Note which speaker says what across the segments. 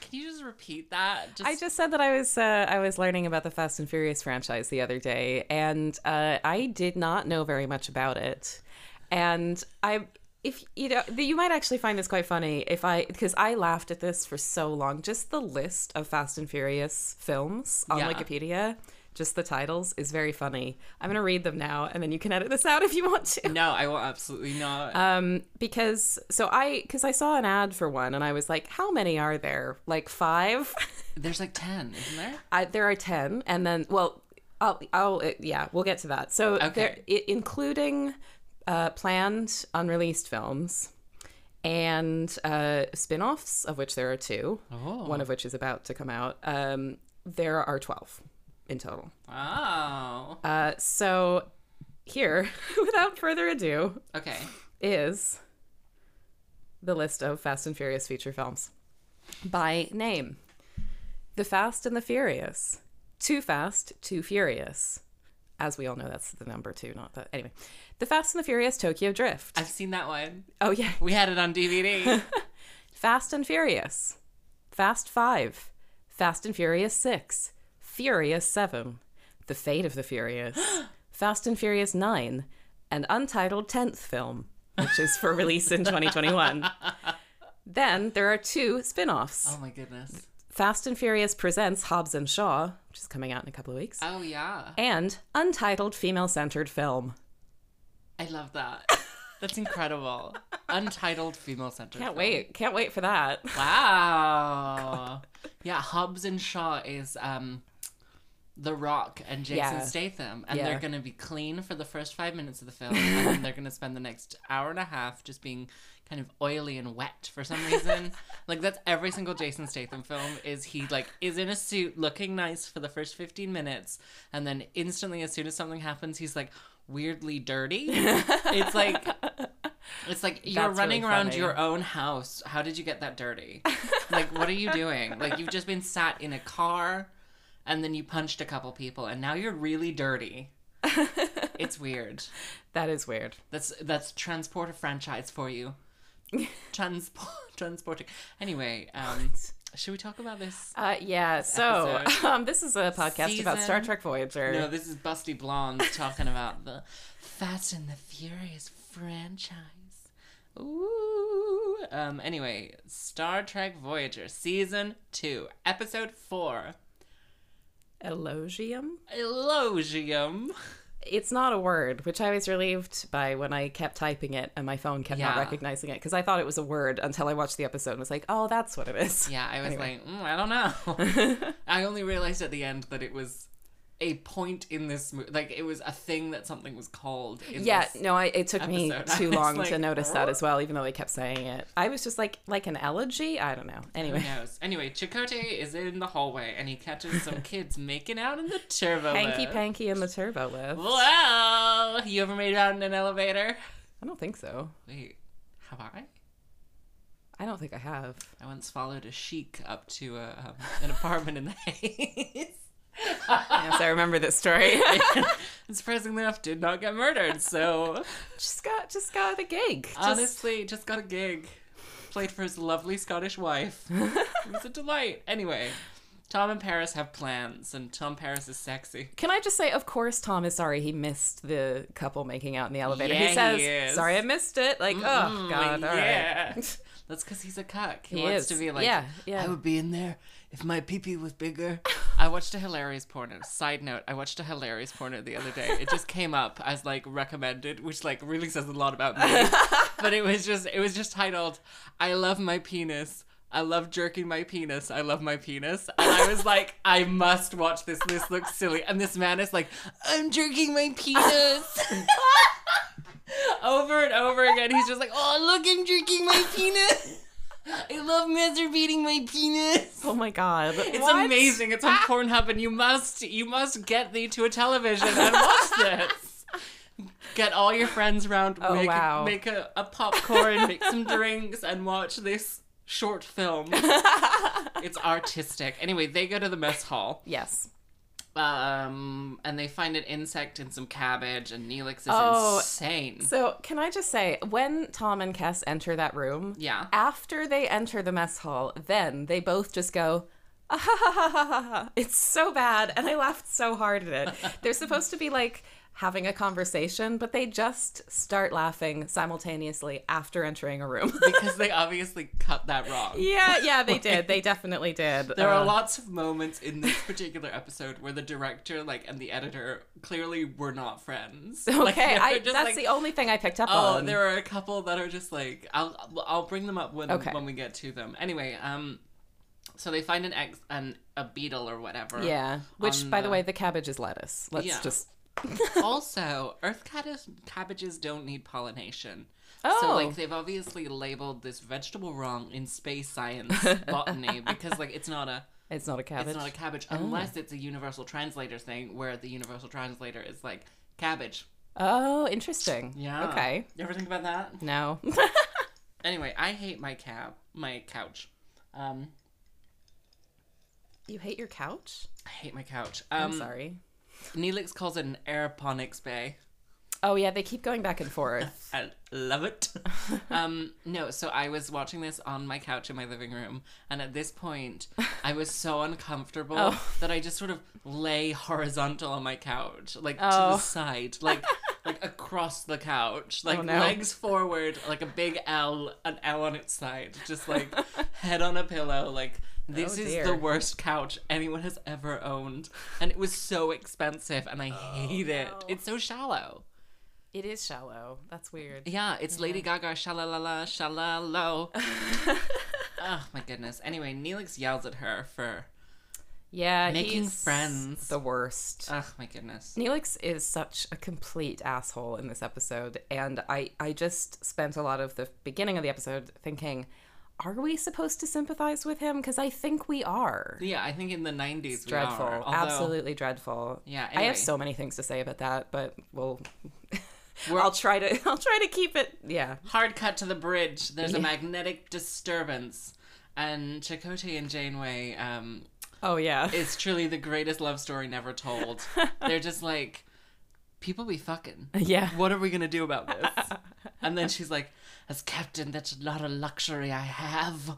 Speaker 1: Can you just repeat that? Just
Speaker 2: I just said that I was uh, I was learning about the Fast and Furious franchise the other day, and uh, I did not know very much about it. And I, if you know, you might actually find this quite funny if I because I laughed at this for so long. Just the list of Fast and Furious films on
Speaker 1: Yeah.
Speaker 2: Wikipedia, just the titles is very funny. I'm gonna read them now, and then you can edit this out if you want to.
Speaker 1: no, I will absolutely not.
Speaker 2: Um, because so I because I saw an ad for one and I was like, how many are there? Like five.
Speaker 1: There's like ten, isn't there?
Speaker 2: I, there are ten, and then well, I'll, I'll uh, yeah, we'll get to that. So there,
Speaker 1: Okay.
Speaker 2: i- including uh, planned unreleased films and uh, spin-offs, of which there are two,
Speaker 1: Oh.
Speaker 2: one of which is about to come out. Um, there are twelve in total.
Speaker 1: Wow.
Speaker 2: Uh, so here, without further ado,
Speaker 1: Okay.
Speaker 2: is the list of Fast and Furious feature films by name The Fast and the Furious, Too Fast, Too Furious. As we all know, that's the number two, not the. Anyway, The Fast and the Furious Tokyo Drift.
Speaker 1: I've seen that one.
Speaker 2: Oh, yeah.
Speaker 1: We had it on DVD.
Speaker 2: Fast and Furious, Fast Five, Fast and Furious Six, Furious Seven, The Fate of the Furious, Fast and Furious Nine, an untitled tenth film, which is for release in 2021. Then there are two spin offs
Speaker 1: oh my goodness.
Speaker 2: Fast and Furious Presents Hobbs and Shaw, which is coming out in a couple of weeks,
Speaker 1: Oh yeah.
Speaker 2: and Untitled Female Centered Film.
Speaker 1: I love that. That's incredible. Untitled female centered.
Speaker 2: Can't wait. Can't wait for that.
Speaker 1: Wow. yeah, Hobbs and Shaw is um The Rock and Jason
Speaker 2: Yeah.
Speaker 1: Statham. And
Speaker 2: Yeah.
Speaker 1: they're gonna be clean for the first five minutes of the film and then they're gonna spend the next hour and a half just being kind of oily and wet for some reason. like that's every single Jason Statham film is he like is in a suit looking nice for the first fifteen minutes and then instantly as soon as something happens he's like weirdly dirty. it's like it's like you're
Speaker 2: That's
Speaker 1: running
Speaker 2: really
Speaker 1: around
Speaker 2: funny.
Speaker 1: your own house. How did you get that dirty? like, what are you doing? Like, you've just been sat in a car and then you punched a couple people and now you're really dirty. It's weird.
Speaker 2: That is weird.
Speaker 1: That's that's transport a franchise for you. Transport transporting. Anyway, um should we talk about this?
Speaker 2: Uh, yeah, so
Speaker 1: episode.
Speaker 2: um, this is a podcast about Star
Speaker 1: Season-
Speaker 2: Trek Voyager.
Speaker 1: No, this is Busty Blonde talking about the Fast and the Furious franchise. Ooh. Um. Anyway, Star Trek Voyager season two, episode four,
Speaker 2: Elogium?
Speaker 1: Elogium.
Speaker 2: It's not a word, which I was relieved by when I kept typing it and my phone kept not
Speaker 1: Yeah.
Speaker 2: recognizing it because I thought it was a word until I watched the episode and was like, oh, that's what it is.
Speaker 1: Yeah, I was like, mm, I don't know. I only realized at the end that it was a point in this movie. Like it was a thing that something was called. In
Speaker 2: Yeah,
Speaker 1: this-
Speaker 2: no, I, it took me
Speaker 1: episode, I
Speaker 2: too
Speaker 1: was
Speaker 2: long
Speaker 1: like,
Speaker 2: to notice that as well, even though they kept saying it. I was just like, like an elegy? I don't know. Anyway,
Speaker 1: Who knows? Anyway, Chakotay is in the hallway and he catches some kids making out in the turbo.
Speaker 2: Hanky
Speaker 1: lift.
Speaker 2: Panky and the Turbo Lift.
Speaker 1: Wow! You ever made out in an elevator?
Speaker 2: I don't think so.
Speaker 1: Wait, have I?
Speaker 2: I don't think I have.
Speaker 1: I once followed a sheik up to a, um, an apartment in the Haze.
Speaker 2: Yes, I remember this story.
Speaker 1: and surprisingly enough, did not get murdered. So
Speaker 2: just got, just got the gig. Just-
Speaker 1: honestly, just got a gig. Played for his lovely Scottish wife. it was a delight. Anyway, Tom and Paris have plans, and Tom Paris is sexy.
Speaker 2: Can I just say, of course, Tom is sorry he missed the couple making out in the elevator.
Speaker 1: Yeah,
Speaker 2: he
Speaker 1: he
Speaker 2: says,
Speaker 1: is.
Speaker 2: "Sorry, I missed it." Like, oh
Speaker 1: Mm,
Speaker 2: god, all right.
Speaker 1: yeah. That's because he's a cuck. He,
Speaker 2: He
Speaker 1: wants
Speaker 2: is.
Speaker 1: to be like,
Speaker 2: Yeah, yeah.
Speaker 1: I would be in there if my pee-pee was bigger. I watched a hilarious porno. Side note, I watched a hilarious porno the other day. It just came up as like recommended, which like really says a lot about me. but it was just it was just titled, I love my penis. I love jerking my penis. I love my penis. And I was like, I must watch this. This looks silly. And this man is like, I'm jerking my penis. over and over again. He's just like, oh, look, I'm jerking my penis. I love masturbating my penis.
Speaker 2: Oh my god,
Speaker 1: It's amazing. It's on
Speaker 2: Ah.
Speaker 1: Pornhub, and you must you must get thee to a television and watch this. Get all your friends round.
Speaker 2: Oh,
Speaker 1: make,
Speaker 2: wow.
Speaker 1: Make a, a popcorn, make some drinks, and watch this short film. it's artistic. Anyway, they go to the mess hall
Speaker 2: Yes,
Speaker 1: Um, and they find an insect in some cabbage, and Neelix is
Speaker 2: Oh.
Speaker 1: insane.
Speaker 2: So, can I just say, when Tom and Cass enter that room,
Speaker 1: Yeah.
Speaker 2: after they enter the mess hall, then they both just go, ah, ha, ha, ha, ha, ha, ha. it's so bad. And I laughed so hard at it. They're supposed to be like having a conversation, but they just start laughing simultaneously after entering a room.
Speaker 1: because they obviously cut that wrong.
Speaker 2: yeah, yeah, they did. They definitely did.
Speaker 1: There
Speaker 2: Uh,
Speaker 1: are lots of moments in this particular episode where the director, like, and the editor clearly were not friends.
Speaker 2: Okay,
Speaker 1: Like, they're
Speaker 2: I,
Speaker 1: just
Speaker 2: that's
Speaker 1: like,
Speaker 2: the only thing I picked up
Speaker 1: Oh,
Speaker 2: on.
Speaker 1: there are a couple that are just like I'll I'll bring them up when
Speaker 2: Okay.
Speaker 1: when we get to them. Anyway, um, so they find an ex an a beetle or whatever.
Speaker 2: yeah, which, by the
Speaker 1: the-
Speaker 2: way, the cabbage is lettuce. Let's
Speaker 1: Yeah.
Speaker 2: just
Speaker 1: also, earth caddis, cabbages don't need pollination.
Speaker 2: Oh.
Speaker 1: So like they've obviously labeled this vegetable wrong in space science botany because like it's not a
Speaker 2: it's not a cabbage.
Speaker 1: it's not a cabbage Oh. unless it's a universal translator thing where the universal translator is like cabbage.
Speaker 2: Oh, interesting.
Speaker 1: Yeah.
Speaker 2: Okay.
Speaker 1: You ever think about that?
Speaker 2: No.
Speaker 1: Anyway, I hate my cab my couch. Um
Speaker 2: you hate your couch?
Speaker 1: I hate my couch. Um,
Speaker 2: I'm sorry.
Speaker 1: Neelix calls it an aeroponics bay.
Speaker 2: Oh yeah, they keep going back and forth.
Speaker 1: I love it. um, no, so I was watching this on my couch in my living room, and at this point, I was so uncomfortable
Speaker 2: Oh.
Speaker 1: that I just sort of lay horizontal on my couch, like to
Speaker 2: Oh. Oh,
Speaker 1: the side, like like across the couch, like
Speaker 2: no.
Speaker 1: legs forward, like a big L, an L on its side, just like head on a pillow, like. This
Speaker 2: Oh,
Speaker 1: is
Speaker 2: dear.
Speaker 1: the worst couch anyone has ever owned, and it was so expensive, and I
Speaker 2: Oh,
Speaker 1: hate it. It's so shallow.
Speaker 2: it is shallow. That's weird.
Speaker 1: Yeah, it's Lady Gaga, shalalala, shalalo. oh my goodness. Anyway, Neelix yells at her for.
Speaker 2: Yeah,
Speaker 1: Making
Speaker 2: he's
Speaker 1: friends.
Speaker 2: The worst.
Speaker 1: Oh my goodness.
Speaker 2: Neelix is such a complete asshole in this episode, and I I just spent a lot of the beginning of the episode thinking, are we supposed to sympathize with him? Because I think we are.
Speaker 1: Yeah, I think in the 90s we are,
Speaker 2: dreadful,
Speaker 1: although
Speaker 2: absolutely dreadful.
Speaker 1: Yeah,
Speaker 2: I
Speaker 1: anyway.
Speaker 2: have so many things to say about that, but we'll.
Speaker 1: We're-
Speaker 2: I'll try to. I'll try to keep it. Yeah.
Speaker 1: Hard cut to the bridge. There's
Speaker 2: Yeah.
Speaker 1: a magnetic disturbance. And Chakotay and Janeway um,
Speaker 2: Oh yeah.
Speaker 1: is truly the greatest love story never told. They're just like, people be fucking.
Speaker 2: yeah.
Speaker 1: what are we gonna do about this? and then she's like, as captain, that's not a luxury I have.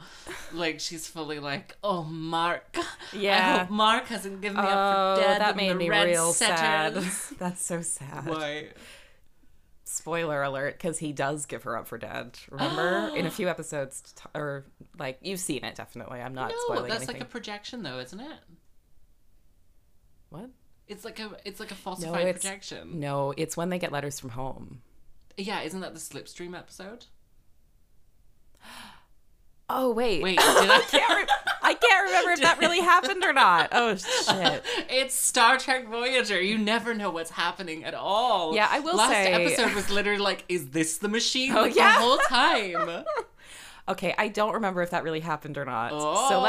Speaker 1: Like she's fully like, oh Mark, I
Speaker 2: Yeah.
Speaker 1: hope Mark hasn't given me
Speaker 2: Oh,
Speaker 1: up for dead.
Speaker 2: that
Speaker 1: in
Speaker 2: made
Speaker 1: the
Speaker 2: me
Speaker 1: red
Speaker 2: real
Speaker 1: setters."
Speaker 2: sad. That's so sad.
Speaker 1: Why?
Speaker 2: Spoiler alert, because he does give her up for dead. Remember, in a few episodes, t- or like you've seen it definitely. I'm not
Speaker 1: No,
Speaker 2: spoiling
Speaker 1: that's
Speaker 2: anything.
Speaker 1: like a projection, though, isn't it?
Speaker 2: what?
Speaker 1: It's like a it's like a falsified
Speaker 2: it's-
Speaker 1: projection.
Speaker 2: No, it's when they get letters from home.
Speaker 1: Yeah, isn't that the slipstream episode?
Speaker 2: Oh wait,
Speaker 1: Wait, did I?
Speaker 2: Can't re- I can't remember if that really happened or not. Oh shit.
Speaker 1: It's Star Trek Voyager. You never know what's happening at all.
Speaker 2: Yeah, I will
Speaker 1: Last
Speaker 2: say-
Speaker 1: episode was literally like, "Is this the machine?"
Speaker 2: Oh,
Speaker 1: like,
Speaker 2: yeah.
Speaker 1: the whole time.
Speaker 2: Okay, I don't remember if that really happened or not. So
Speaker 1: Oh.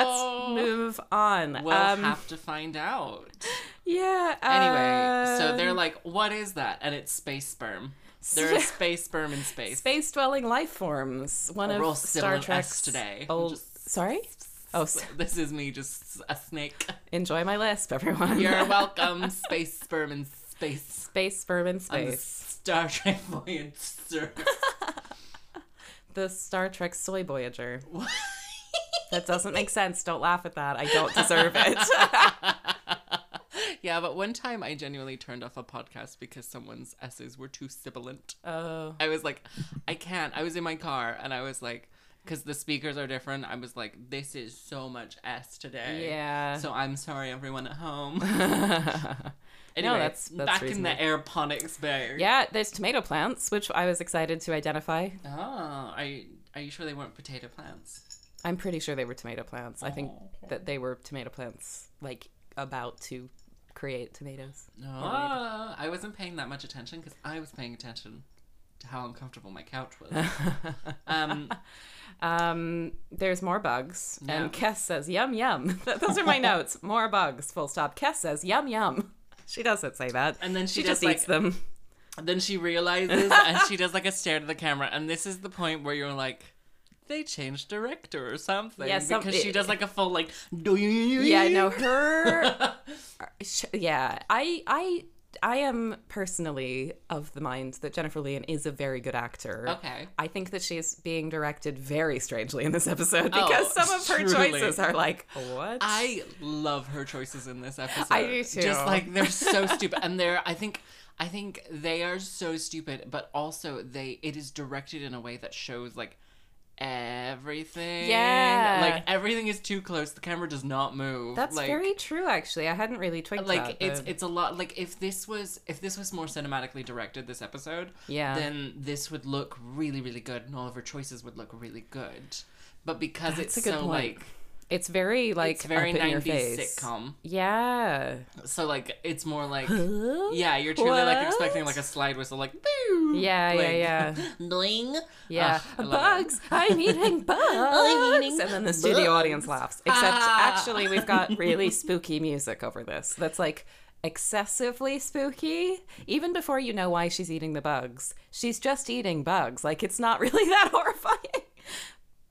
Speaker 2: let's move on.
Speaker 1: We'll
Speaker 2: um,
Speaker 1: have to find out.
Speaker 2: yeah.
Speaker 1: Anyway, so they're
Speaker 2: um,
Speaker 1: like, "What is that?" And it's space sperm. There is space sperm in space.
Speaker 2: space dwelling life forms. One
Speaker 1: We're all
Speaker 2: of
Speaker 1: civil
Speaker 2: Star
Speaker 1: and
Speaker 2: Trek's
Speaker 1: us today.
Speaker 2: Old,
Speaker 1: Just-
Speaker 2: sorry. Oh, s-
Speaker 1: This is me, just a snake.
Speaker 2: enjoy my lisp, everyone.
Speaker 1: You're welcome, space sperm in space.
Speaker 2: Space sperm in
Speaker 1: on the
Speaker 2: space.
Speaker 1: Star Trek Voyager.
Speaker 2: The Star Trek Soy Voyager. That doesn't make sense. Don't laugh at that. I don't deserve it.
Speaker 1: yeah, but one time I genuinely turned off a podcast because someone's s's were too sibilant.
Speaker 2: Oh.
Speaker 1: I was like, I can't. I was in my car and I was like, because the speakers are different. I was like, this is so much s today.
Speaker 2: Yeah.
Speaker 1: So I'm sorry, everyone at home. anyway,
Speaker 2: No, that's- that's
Speaker 1: back in the aeroponics bay.
Speaker 2: yeah, there's tomato plants, which I was excited to identify.
Speaker 1: Oh, are you, are you sure they weren't potato plants?
Speaker 2: I'm pretty sure they were tomato plants. I think
Speaker 1: Oh, okay.
Speaker 2: that they were tomato plants, like about to create tomatoes.
Speaker 1: No. Ah, I wasn't paying that much attention because I was paying attention to how uncomfortable my couch was. um,
Speaker 2: Um, there's more bugs,
Speaker 1: Yeah.
Speaker 2: and Kes says yum yum. Those are my notes. More bugs. Full stop. Kes says yum yum. She doesn't say that,
Speaker 1: And then she
Speaker 2: just
Speaker 1: does, like-
Speaker 2: eats them.
Speaker 1: then she realizes and she does like a stare to the camera. And this is the point where you're like, they changed director or something.
Speaker 2: Yeah,
Speaker 1: Yeah,
Speaker 2: some-
Speaker 1: because she does like a full like. Yeah,
Speaker 2: yeah no her sh- yeah i i i am personally of the mind that jennifer leon is a very good actor
Speaker 1: Okay.
Speaker 2: i think that she's being directed very strangely in this episode
Speaker 1: Oh,
Speaker 2: because some of her
Speaker 1: truly.
Speaker 2: choices are like what
Speaker 1: I love her choices in this episode.
Speaker 2: I do too.
Speaker 1: Just like they're so stupid, and they're I think I think they are so stupid, but also they it is directed in a way that shows like everything.
Speaker 2: Yeah.
Speaker 1: like everything is too close. The camera does not move.
Speaker 2: that's
Speaker 1: like,
Speaker 2: very true actually i hadn't really twigged
Speaker 1: like
Speaker 2: that,
Speaker 1: it's
Speaker 2: but-
Speaker 1: it's a lot like if this was if this was more cinematically directed this episode
Speaker 2: Yeah.
Speaker 1: then this would look really really good and all of her choices would look really good but because
Speaker 2: That's
Speaker 1: it's
Speaker 2: a good
Speaker 1: so
Speaker 2: point.
Speaker 1: like
Speaker 2: it's very like
Speaker 1: it's very
Speaker 2: up in your
Speaker 1: 90s
Speaker 2: face.
Speaker 1: sitcom
Speaker 2: yeah
Speaker 1: so like it's more like yeah, you're truly like expecting like a slide whistle, like boo.
Speaker 2: Yeah, yeah,
Speaker 1: like, Ah,
Speaker 2: yeah.
Speaker 1: bling.
Speaker 2: Yeah,
Speaker 1: Ugh, I love it.
Speaker 2: bugs. I'm eating bugs. I'm
Speaker 1: eating
Speaker 2: and then the studio
Speaker 1: bugs.
Speaker 2: audience laughs. Except
Speaker 1: Ah.
Speaker 2: actually, we've got really spooky music over this. That's like excessively spooky. Even before you know why she's eating the bugs, she's just eating bugs. Like it's not really that horrifying.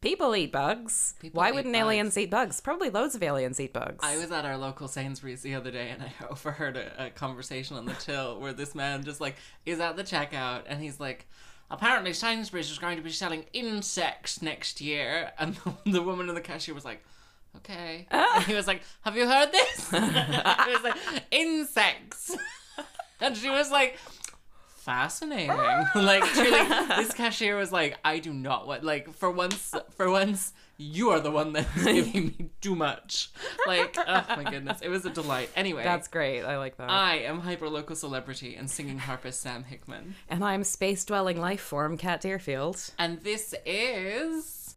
Speaker 2: People eat bugs.
Speaker 1: People
Speaker 2: why
Speaker 1: eat
Speaker 2: wouldn't
Speaker 1: bugs.
Speaker 2: aliens eat bugs? Probably loads of aliens eat bugs.
Speaker 1: I was at our local Sainsbury's the other day and I overheard a, a conversation on the till where this man just like is at the checkout and he's like, apparently Sainsbury's is going to be selling insects next year, and the, the woman in the cashier was like. Okay.
Speaker 2: Ah.
Speaker 1: And he was like, Have you heard this? And he was like, Insects. And she was like, fascinating. like truly, this cashier was like, I do not want like for once for once you are the one that's giving me too much. Like, oh my goodness. It was a delight. Anyway.
Speaker 2: That's great. I like that.
Speaker 1: I am hyper local celebrity and singing harpist Sam Hickman.
Speaker 2: and I'm space dwelling life form Cat Deerfield.
Speaker 1: And this is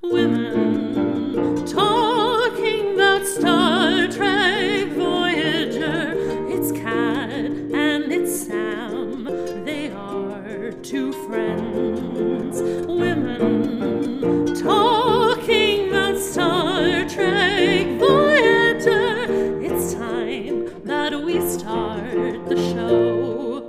Speaker 3: Women talking about Star Trek Voyager. It's Cat and it's Sam. They are two friends. Women talking about Star Trek Voyager. It's time that we start the show.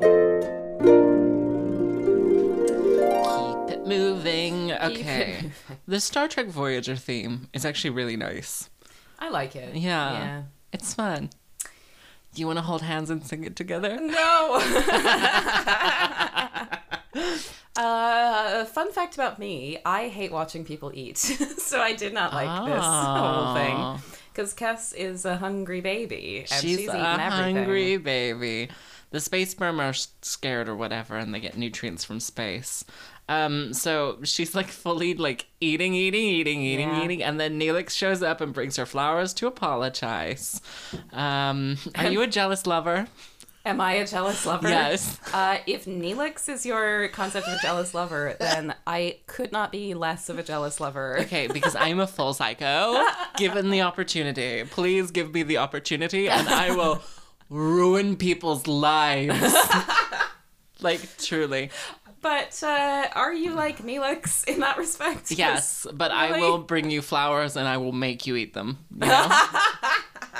Speaker 1: Keep It Moving. Okay.
Speaker 2: Moving.
Speaker 1: The Star Trek Voyager theme is actually really nice.
Speaker 2: I like it.
Speaker 1: Yeah.
Speaker 2: Yeah.
Speaker 1: It's fun. Do you want to hold hands and sing it together?
Speaker 2: No. uh, fun fact about me: I hate watching people eat, so I did not like this whole
Speaker 1: Oh.
Speaker 2: thing. Because Cass is a hungry baby, and she's,
Speaker 1: she's,
Speaker 2: eating
Speaker 1: a
Speaker 2: everything.
Speaker 1: hungry baby. The space sperm are s- scared or whatever, and they get nutrients from space. Um, so she's like fully like eating, eating, eating, eating,
Speaker 2: Yeah.
Speaker 1: eating, and then Neelix shows up and brings her flowers to apologize. Um, are you a jealous lover?
Speaker 2: Am I a jealous lover?
Speaker 1: Yes.
Speaker 2: Uh, if Neelix is your concept of a jealous lover, then I could not be less of a jealous lover.
Speaker 1: Okay, because I'm a full psycho. Given the opportunity, please give me the opportunity, and I will ruin people's lives. like truly.
Speaker 2: But uh, are you like Neelix in that respect? 'Cause-
Speaker 1: Yes, but I
Speaker 2: Really?
Speaker 1: will bring you flowers and I will make you eat them. You know?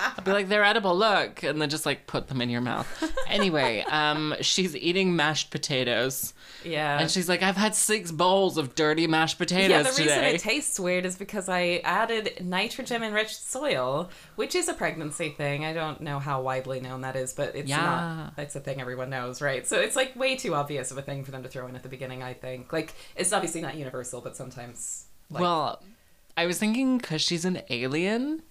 Speaker 1: I'll be like, they're edible, look. And then just like put them in your mouth. Anyway, um, she's eating mashed potatoes.
Speaker 2: Yeah.
Speaker 1: And she's like, I've had six bowls of dirty mashed potatoes
Speaker 2: Yeah, the reason
Speaker 1: today.
Speaker 2: it tastes weird is because I added nitrogen enriched soil, which is a pregnancy thing. I don't know how widely known that is, but it's
Speaker 1: Yeah.
Speaker 2: not. It's a thing everyone knows, right? So it's like way too obvious of a thing for them to throw in at the beginning, I think. Like, it's obviously not universal, but sometimes. Like,
Speaker 1: well, I was thinking because she's an alien.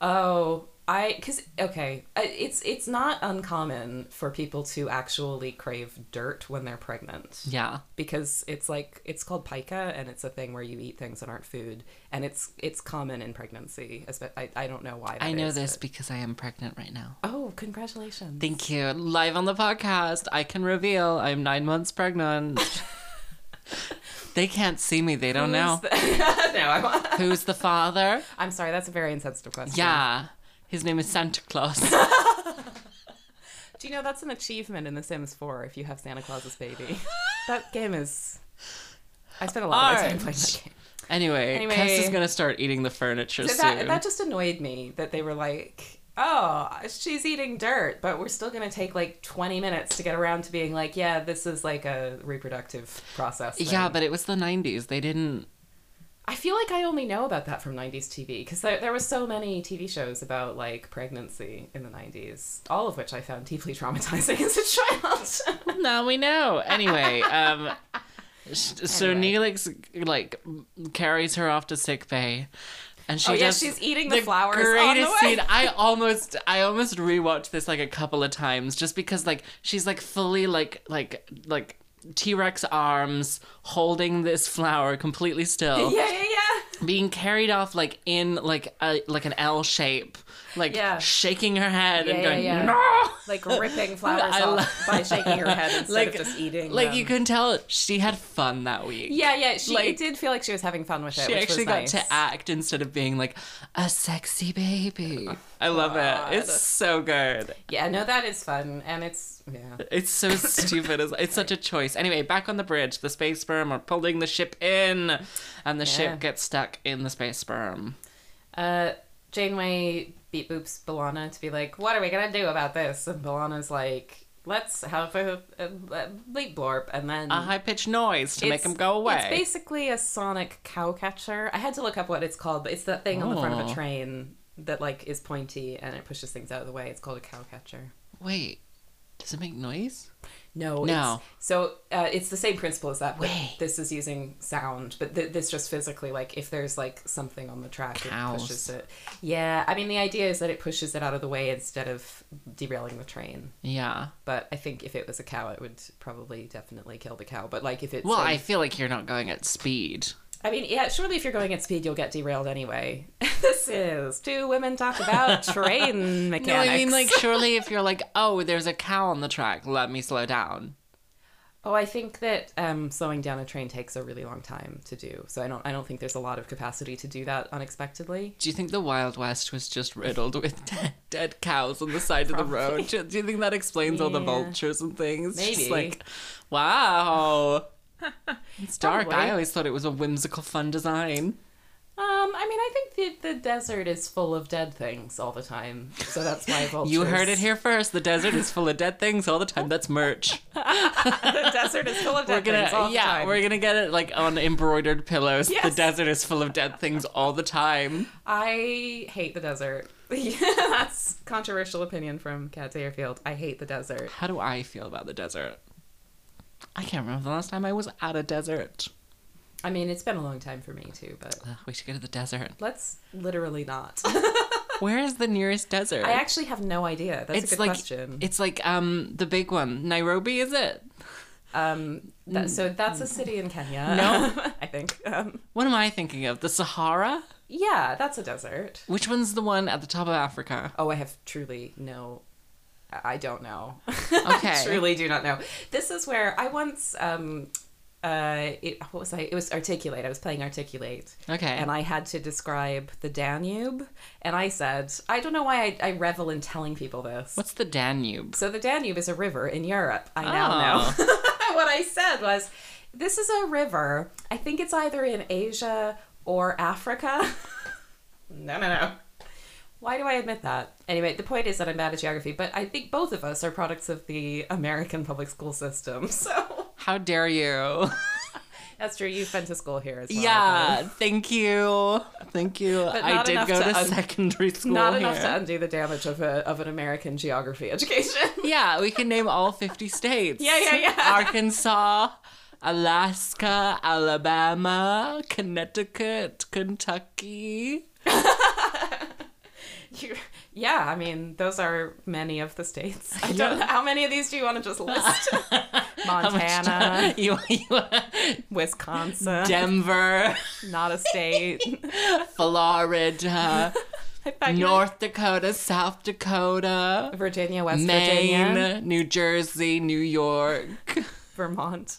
Speaker 2: oh. I because okay, I- it's it's not uncommon for people to actually crave dirt when they're pregnant.
Speaker 1: Yeah.
Speaker 2: because it's like it's called pica and it's a thing where you eat things that aren't food and it's it's common in pregnancy espe- I, I don't know why that
Speaker 1: I know
Speaker 2: is,
Speaker 1: this
Speaker 2: but-
Speaker 1: because I am pregnant right now.
Speaker 2: oh congratulations
Speaker 1: Thank you. Live on the podcast, I can reveal I'm nine months pregnant. they can't see me, they don't know.
Speaker 2: no, I'm,
Speaker 1: Who's the father?
Speaker 2: I'm sorry that's a very insensitive question
Speaker 1: Yeah. His name is Santa Claus.
Speaker 2: do you know that's an achievement in the sims 4 if you have santa claus's baby that game is i spent a lot of my time playing that game
Speaker 1: anyway,
Speaker 2: Anyway.
Speaker 1: Cass is gonna start eating the furniture
Speaker 2: So
Speaker 1: soon.
Speaker 2: that, that just annoyed me that they were like oh she's eating dirt but we're still going to take like 20 minutes to get around to being like yeah this is like a reproductive process
Speaker 1: yeah,
Speaker 2: thing."
Speaker 1: but it was the 90s. They didn't
Speaker 2: I feel like I only know about that from 90s TV because there, there was so many TV shows about like pregnancy in the 90s, all of which I found deeply traumatizing as a child.
Speaker 1: Now we know. Anyway, um, sh- so Neelix like carries her off to sick bay, and she
Speaker 2: Oh, yeah,
Speaker 1: does
Speaker 2: she's eating the flowers on the way.
Speaker 1: I almost, I almost rewatched this like a couple of times just because like she's like fully like like like T Rex arms holding this flower completely still
Speaker 2: yeah, yeah, yeah.
Speaker 1: being carried off like in like a like an L shape, like
Speaker 2: Yeah.
Speaker 1: shaking her head and
Speaker 2: Yeah,
Speaker 1: going
Speaker 2: yeah, yeah.
Speaker 1: no,
Speaker 2: Like ripping flowers
Speaker 1: I
Speaker 2: off
Speaker 1: love-
Speaker 2: by shaking her head instead of just eating.
Speaker 1: Like
Speaker 2: them.
Speaker 1: you can tell she had fun that week.
Speaker 2: Yeah, yeah. She
Speaker 1: like-
Speaker 2: it did feel like she was having fun with it.
Speaker 1: She
Speaker 2: which
Speaker 1: actually
Speaker 2: was
Speaker 1: got
Speaker 2: nice.
Speaker 1: to act instead of being like a sexy baby. I love it. It's so good.
Speaker 2: Yeah, no, that is fun, and it's yeah.
Speaker 1: It's so stupid. It's, it's such a choice. Anyway, back on the bridge, the space sperm are pulling the ship in, and the
Speaker 2: Yeah.
Speaker 1: ship gets stuck in the space sperm.
Speaker 2: Uh, Janeway beat boops Bellana to be like, "What are we gonna do about this?" And Bellana's like, "Let's have a, a, a bleep blorp," and then
Speaker 1: A high pitched noise Uh-huh, to make
Speaker 2: It's-
Speaker 1: them go away.
Speaker 2: It's basically a sonic cowcatcher. I had to look up what it's called, but it's that thing on the front of
Speaker 1: Oh.
Speaker 2: a train that like is pointy and it pushes things out of the way. It's called a cowcatcher.
Speaker 1: Wait, does it make noise?
Speaker 2: No,
Speaker 1: No.
Speaker 2: It's, so uh, it's the same principle as that. But
Speaker 1: Wait.
Speaker 2: This is using sound, but th- this just physically, like if there's like something on the track,
Speaker 1: Cows.
Speaker 2: it pushes it. Yeah, I mean the idea is that it pushes it out of the way instead of derailing the train.
Speaker 1: Yeah.
Speaker 2: But I think if it was a cow, it would probably definitely kill the cow. But like if it's
Speaker 1: Well,
Speaker 2: a-
Speaker 1: I feel like you're not going at speed.
Speaker 2: I mean, yeah, surely if you're going at speed, you'll get derailed anyway. this is two women talk about train mechanics.
Speaker 1: No, I mean like surely if you're like, oh, there's a cow on the track, let me slow down.
Speaker 2: oh, I think that um, slowing down a train takes a really long time to do. So I don't, I don't think there's a lot of capacity to do that unexpectedly.
Speaker 1: Do you think the Wild West was just riddled with dead, dead cows on the side of the road? Do do you think that explains all the
Speaker 2: Yeah.
Speaker 1: vultures and things? It's Just
Speaker 2: Maybe.
Speaker 1: like, wow. It's dark.
Speaker 2: Probably.
Speaker 1: I always thought it was a whimsical, fun design.
Speaker 2: Um, I mean, I think the, the desert is full of dead things all the time. So that's why vultures.
Speaker 1: You heard it here first. The desert is full of dead things all the time. That's merch.
Speaker 2: the desert is full of
Speaker 1: We're
Speaker 2: dead
Speaker 1: gonna,
Speaker 2: things all the
Speaker 1: yeah,
Speaker 2: time.
Speaker 1: we're gonna get it like on embroidered pillows. The
Speaker 2: Yes.
Speaker 1: desert is full of dead things all the time.
Speaker 2: I hate the desert. that's controversial opinion from Kat Sayrfield. I hate the desert.
Speaker 1: How do I feel about the desert? I can't remember the last time I was at a desert.
Speaker 2: I mean, it's been a long time for me too, but
Speaker 1: Ugh, we should go to the desert.
Speaker 2: let's literally not.
Speaker 1: Where is the nearest desert?
Speaker 2: I actually have no idea. That's
Speaker 1: it's
Speaker 2: a good
Speaker 1: like
Speaker 2: question.
Speaker 1: it's like um the big one, Nairobi. Is it?
Speaker 2: um, that, so that's a city in Kenya.
Speaker 1: Mm. No.
Speaker 2: I think. Um,
Speaker 1: What am I thinking of? The Sahara?
Speaker 2: yeah, that's a desert.
Speaker 1: Which one's the one at the top of Africa?
Speaker 2: Oh, I have truly no. I I don't know.
Speaker 1: Okay.
Speaker 2: truly do not know. This is where I once. Um, uh, it, what was I? It was articulate. I was playing articulate.
Speaker 1: Okay.
Speaker 2: And I had to describe the Danube, and I said, I don't know why I, I revel in telling people this.
Speaker 1: What's the Danube?
Speaker 2: So the Danube is a river in Europe. I now
Speaker 1: Oh.
Speaker 2: know. what I said was, this is a river. I think it's either in Asia or Africa. no, no, no. Why do I admit that? Anyway, the point is that I'm bad at geography, but I think both of us are products of the American public school system. So
Speaker 1: How dare you?
Speaker 2: that's true. You've been to school here as well.
Speaker 1: yeah, thank you, thank you. I
Speaker 2: not
Speaker 1: did
Speaker 2: enough
Speaker 1: go
Speaker 2: to
Speaker 1: to,
Speaker 2: un-
Speaker 1: secondary school.
Speaker 2: Not enough
Speaker 1: here.
Speaker 2: to undo the damage of, a, of an American geography education.
Speaker 1: Yeah, we can name all 50 states.
Speaker 2: Yeah, yeah, yeah.
Speaker 1: Arkansas, Alaska, Alabama, Connecticut, Kentucky.
Speaker 2: You- yeah, I mean, those are many of the states. I don't
Speaker 1: Yeah.
Speaker 2: know. How many of these do you want to just list?
Speaker 1: How much
Speaker 2: Montana,
Speaker 1: time- you, you-
Speaker 2: Wisconsin,
Speaker 1: Denver,
Speaker 2: not a state.
Speaker 1: Florida,
Speaker 2: I thought you
Speaker 1: North Dakota, South Dakota,
Speaker 2: meant Virginia, West
Speaker 1: Maine,
Speaker 2: Virginia,
Speaker 1: New Jersey, New York,
Speaker 2: Vermont,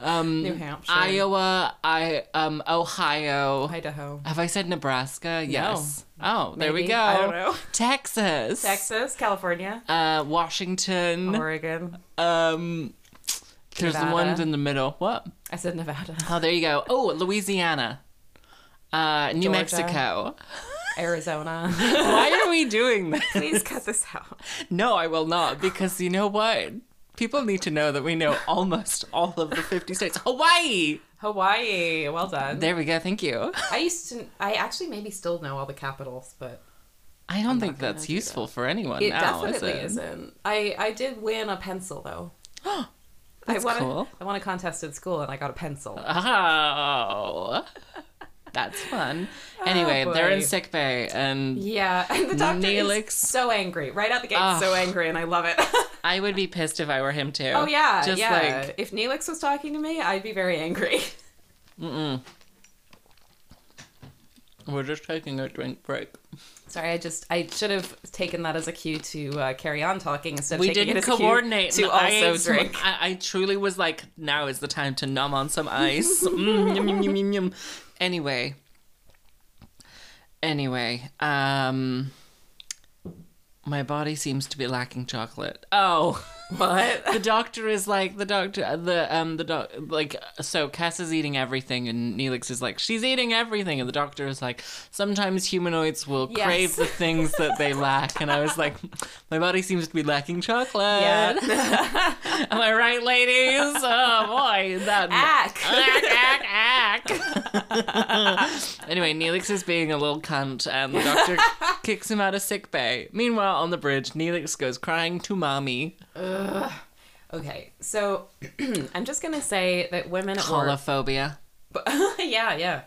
Speaker 1: um,
Speaker 2: New Hampshire,
Speaker 1: Iowa, I, um, Ohio.
Speaker 2: Idaho,
Speaker 1: Have I said Nebraska? Yes. Oh, there we
Speaker 2: Maybe.
Speaker 1: go.
Speaker 2: I don't know.
Speaker 1: Texas.
Speaker 2: Texas, California,
Speaker 1: Uh, Washington.
Speaker 2: Oregon.
Speaker 1: um, there's the
Speaker 2: Nevada.
Speaker 1: ones in the middle. What?
Speaker 2: I said Nevada,
Speaker 1: Oh, there you go. Oh, Louisiana. Uh, New
Speaker 2: Georgia.
Speaker 1: Mexico.
Speaker 2: Arizona.
Speaker 1: Why are we doing this?
Speaker 2: Please cut this out.
Speaker 1: No, I will not, because you know what? People need to know that we know almost all of the 50 states. Hawaii!
Speaker 2: Hawaii. Well done.
Speaker 1: There we go. Thank you.
Speaker 2: I used to. I actually maybe still know all the capitals, but
Speaker 1: I don't think
Speaker 2: gonna
Speaker 1: that's
Speaker 2: do that.
Speaker 1: useful for anyone
Speaker 2: it
Speaker 1: now,
Speaker 2: definitely
Speaker 1: is it?
Speaker 2: isn't. I I did win a pencil though.
Speaker 1: That's
Speaker 2: I won
Speaker 1: cool.
Speaker 2: A, I won a contest at school and I got a pencil.
Speaker 1: Oh, that's fun. Anyway, they're in
Speaker 2: Oh, boy.
Speaker 1: sick bay, and
Speaker 2: yeah, and the doctor
Speaker 1: Neelix. Ah.
Speaker 2: is so angry right out the gate.
Speaker 1: Ugh.
Speaker 2: So angry, and I love it.
Speaker 1: I would be pissed if I were him too.
Speaker 2: oh yeah,
Speaker 1: just
Speaker 2: yeah.
Speaker 1: like
Speaker 2: if Neelix was talking to me, I'd be very angry.
Speaker 1: we're just taking a drink break.
Speaker 2: Sorry, I just I should have taken that as a cue to uh, carry on talking instead of
Speaker 1: We
Speaker 2: taking
Speaker 1: didn't
Speaker 2: it as
Speaker 1: coordinate.
Speaker 2: a cue to
Speaker 1: and I
Speaker 2: also
Speaker 1: ate some-
Speaker 2: drink.
Speaker 1: I, I truly was like, now is the time to numb on some ice. Mm, yum, yum, yum, yum, yum. Anyway, anyway, um, my body seems to be lacking chocolate. Oh.
Speaker 2: What?
Speaker 1: the doctor is like the doctor the um the doc like so cass is eating everything and neelix is like she's eating everything and the doctor is like sometimes humanoids will
Speaker 2: Yes.
Speaker 1: crave the things that they lack and i was like my body seems to be lacking chocolate am i right ladies oh boy that
Speaker 2: Ack.
Speaker 1: Ack, ack, ack. anyway, Neelix is being a little cunt, and the doctor kicks him out of sick bay. Meanwhile, on the bridge, Neelix goes crying to mommy.
Speaker 2: Okay, so I'm just gonna say that women at work.
Speaker 1: Holophobia.
Speaker 2: yeah, yeah.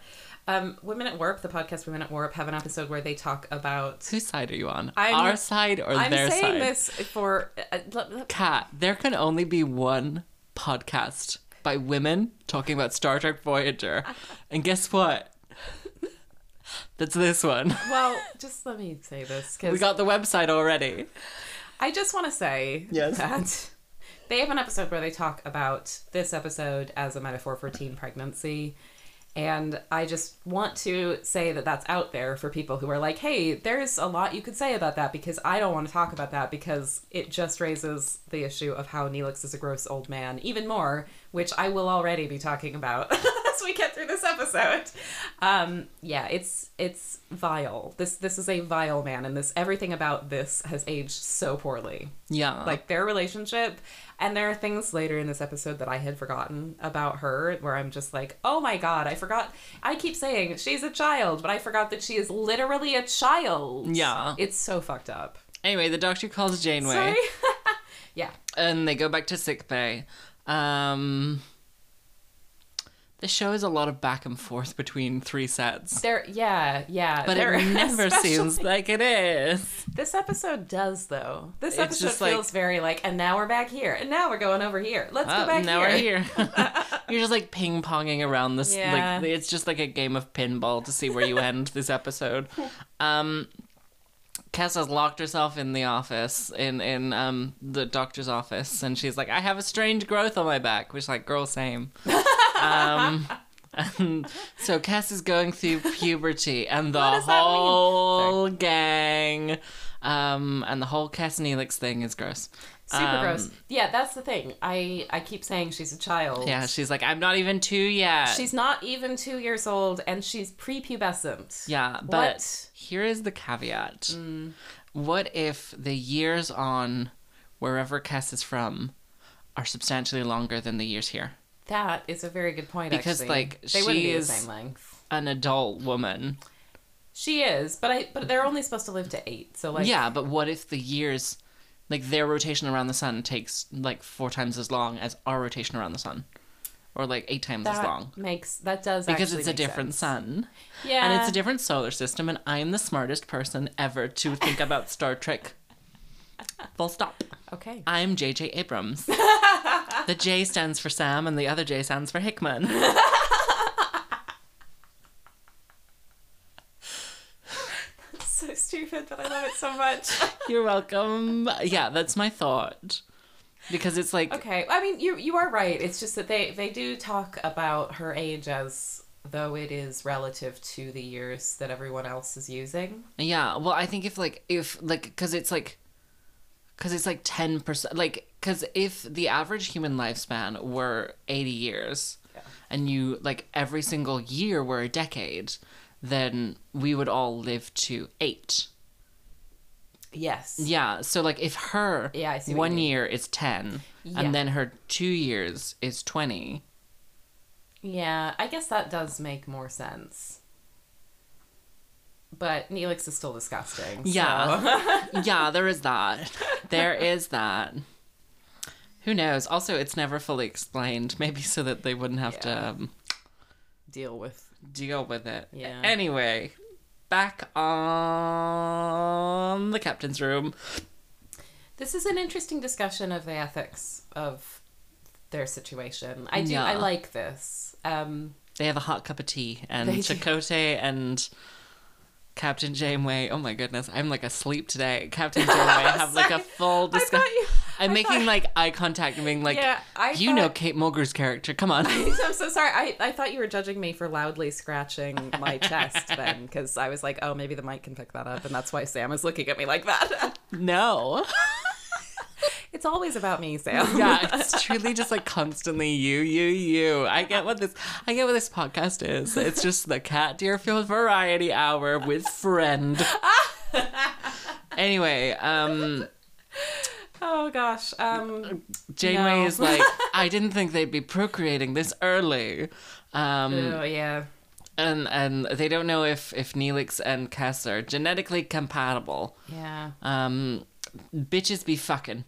Speaker 2: Um, women at Warp, the podcast Women at Warp, have an episode where they talk about.
Speaker 1: Whose side are you on?
Speaker 2: I'm-
Speaker 1: Our side or
Speaker 2: I'm
Speaker 1: their
Speaker 2: saying
Speaker 1: side?
Speaker 2: this for. Uh, let- let-
Speaker 1: Kat, there can only be one podcast by women talking about Star Trek Voyager. And guess what? That's this one.
Speaker 2: well, just let me say this
Speaker 1: We
Speaker 2: because
Speaker 1: got the website already.
Speaker 2: I just want to say
Speaker 1: Yes.
Speaker 2: that they have an episode where they talk about this episode as a metaphor for teen pregnancy. And I just want to say that that's out there for people who are like, hey, there's a lot you could say about that because I don't want to talk about that because it just raises the issue of how Neelix is a gross old man even more, which I will already be talking about as we get through this episode. Um, yeah, it's it's vile. This this is a vile man, and this everything about this has aged so poorly
Speaker 1: Yeah.
Speaker 2: like their relationship and there are things later in this episode that i had forgotten about her where i'm just like oh my god i forgot i keep saying she's a child but i forgot that she is literally a child
Speaker 1: Yeah.
Speaker 2: it's so fucked up
Speaker 1: anyway, the doctor calls Janeway.
Speaker 2: sorry yeah
Speaker 1: and they go back to sick bay. Um, the show is a lot of back and forth between three sets,
Speaker 2: there yeah yeah
Speaker 1: but
Speaker 2: there,
Speaker 1: it never
Speaker 2: especially-
Speaker 1: seems like it is.
Speaker 2: this episode does though this
Speaker 1: It's
Speaker 2: episode
Speaker 1: just like-
Speaker 2: feels very like and now we're back here and now we're going over here let's go
Speaker 1: Oh,
Speaker 2: back
Speaker 1: now
Speaker 2: here.
Speaker 1: we're here. You're just like ping ponging around this.
Speaker 2: Yeah.
Speaker 1: Like it's just like a game of pinball to see where you end this episode. Um, Cass has locked herself in the office in in um the doctor's office, and she's like, "I have a strange growth on my back," which like, girl, same. um, and so Cass is going through puberty, and the
Speaker 2: does that mean?
Speaker 1: whole gang, um, and the whole Cass and Elix thing is gross.
Speaker 2: super
Speaker 1: Um,
Speaker 2: gross yeah that's the thing i i keep saying she's a child
Speaker 1: Yeah, she's like, I'm not even two yet.
Speaker 2: She's not even two years old and she's prepubescent.
Speaker 1: yeah, but
Speaker 2: What? Mm.
Speaker 1: here is the caveat. What if the years on wherever Cass is from are substantially longer than the years here?
Speaker 2: That is a very good point.
Speaker 1: Because,
Speaker 2: actually.
Speaker 1: like,
Speaker 2: they wouldn't
Speaker 1: she
Speaker 2: be the
Speaker 1: is-
Speaker 2: same length.
Speaker 1: An adult woman.
Speaker 2: She is, but I but they're only supposed to live to eight. So like
Speaker 1: yeah, but what if the years, like their rotation around the sun takes like four times as long as our rotation around the sun, or like eight times
Speaker 2: that
Speaker 1: as long?
Speaker 2: makes that does
Speaker 1: Because
Speaker 2: actually
Speaker 1: it's a
Speaker 2: make
Speaker 1: different
Speaker 2: sense.
Speaker 1: sun.
Speaker 2: Yeah,
Speaker 1: And it's a different solar system, and I am the smartest person ever to think about Star Trek. Full stop.
Speaker 2: okay.
Speaker 1: I'm JJ Abrams. the J stands for Sam, and the other J stands for Hickman.
Speaker 2: so stupid, but I love it so much.
Speaker 1: You're welcome. Yeah, that's my thought. Because it's like,
Speaker 2: okay, I mean you you are right. It's just that they they do talk about her age as though it is relative to the years that everyone else is using.
Speaker 1: yeah, well, I think if like, if like, because it's like, because it's like 10%, like, because if the average human lifespan were 80 years, and you, like, every single year were a decade, then we would all live to eight.
Speaker 2: Yes.
Speaker 1: Yeah, so like if her
Speaker 2: Yeah, I see what you
Speaker 1: one
Speaker 2: mean.
Speaker 1: year is 10
Speaker 2: Yeah.
Speaker 1: and then her 2 years is 20
Speaker 2: Yeah, I guess that does make more sense. But Neelix is still disgusting.
Speaker 1: Yeah. yeah, there is that. There is that. Who knows? Also, it's never fully explained. Maybe so that they wouldn't have to
Speaker 2: Yeah.
Speaker 1: um,
Speaker 2: Deal with.
Speaker 1: deal with it.
Speaker 2: Yeah.
Speaker 1: Anyway, back on the captain's room.
Speaker 2: This is an interesting discussion of the ethics of their situation. I do.
Speaker 1: Yeah.
Speaker 2: I like this. Um,
Speaker 1: They have a hot cup of tea and
Speaker 2: They do.
Speaker 1: Chakotay and Captain Janeway. Oh my goodness, I'm like asleep today. Captain Janeway have like a
Speaker 2: Sorry.
Speaker 1: full
Speaker 2: I
Speaker 1: discussion.
Speaker 2: thought you-
Speaker 1: I'm
Speaker 2: I
Speaker 1: making
Speaker 2: thought-
Speaker 1: like eye contact and being like,
Speaker 2: Yeah, I
Speaker 1: you know
Speaker 2: thought-
Speaker 1: Kate Mulgrew's character. Come on.
Speaker 2: I'm so sorry. I, I thought you were judging me for loudly scratching my chest then, because I was like, oh, maybe the mic can pick that up, and that's why Sam is looking at me like that.
Speaker 1: no.
Speaker 2: it's always about me, Sam.
Speaker 1: Yeah, it's truly just like constantly you, you, you. I get what this I get what this podcast is. It's just the Cat Deerfield Variety Hour with friend. anyway, um
Speaker 2: Oh gosh. Um,
Speaker 1: Janeway
Speaker 2: No.
Speaker 1: is like, I didn't think they'd be procreating this early. Um,
Speaker 2: oh yeah.
Speaker 1: and and they don't know if if Neelix and Cass are genetically compatible.
Speaker 2: Yeah.
Speaker 1: Um, bitches be fucking.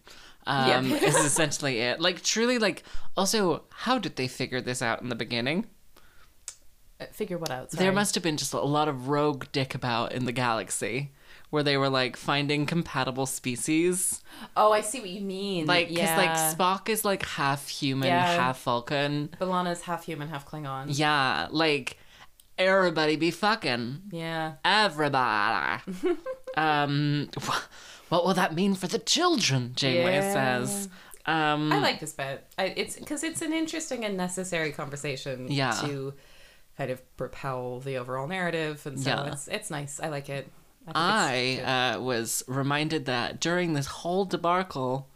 Speaker 1: Um,
Speaker 2: Yeah.
Speaker 1: is essentially it. Like truly, like also, how did they figure this out in the beginning?
Speaker 2: Uh, Figure what out.
Speaker 1: There
Speaker 2: sorry.
Speaker 1: must have been just a lot of rogue dick about in the galaxy, where they were like finding compatible species.
Speaker 2: Oh, I see what you mean.
Speaker 1: Like, because
Speaker 2: yeah.
Speaker 1: like Spock is like half human,
Speaker 2: Yeah.
Speaker 1: half Vulcan.
Speaker 2: B'Elanna's half human, half Klingon.
Speaker 1: Yeah, like everybody be fucking
Speaker 2: Yeah.
Speaker 1: everybody. um, wh- what will that mean for the children? Janeway
Speaker 2: Yeah.
Speaker 1: says. Um,
Speaker 2: I like this bit. I, it's because it's an interesting and necessary conversation
Speaker 1: Yeah.
Speaker 2: to kind of propel the overall narrative, and so
Speaker 1: Yeah.
Speaker 2: it's it's nice. I like it. think it's
Speaker 1: I uh, was reminded that during this whole debacle,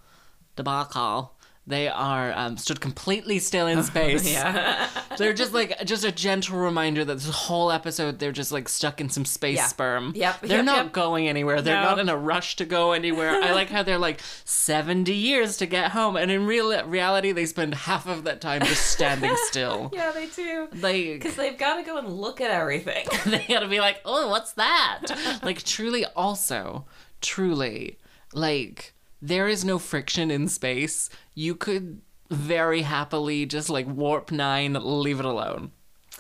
Speaker 1: debacle, they are um, stood completely still in space.
Speaker 2: Oh, yeah.
Speaker 1: They're just like just a gentle reminder that this whole episode they're just like stuck in some space
Speaker 2: Yeah.
Speaker 1: sperm.
Speaker 2: Yep,
Speaker 1: They're
Speaker 2: yep,
Speaker 1: not
Speaker 2: yep.
Speaker 1: going anywhere. They're
Speaker 2: No.
Speaker 1: not in a rush to go anywhere. I like how they're like 70 years to get home and in real reality they spend half of that time just standing still.
Speaker 2: yeah, they do.
Speaker 1: Like
Speaker 2: Because they've got to go and look at everything.
Speaker 1: they gotta be like, oh, what's that? like, truly, also, truly, like, there is no friction in space. You could very happily just like warp nine, leave it alone.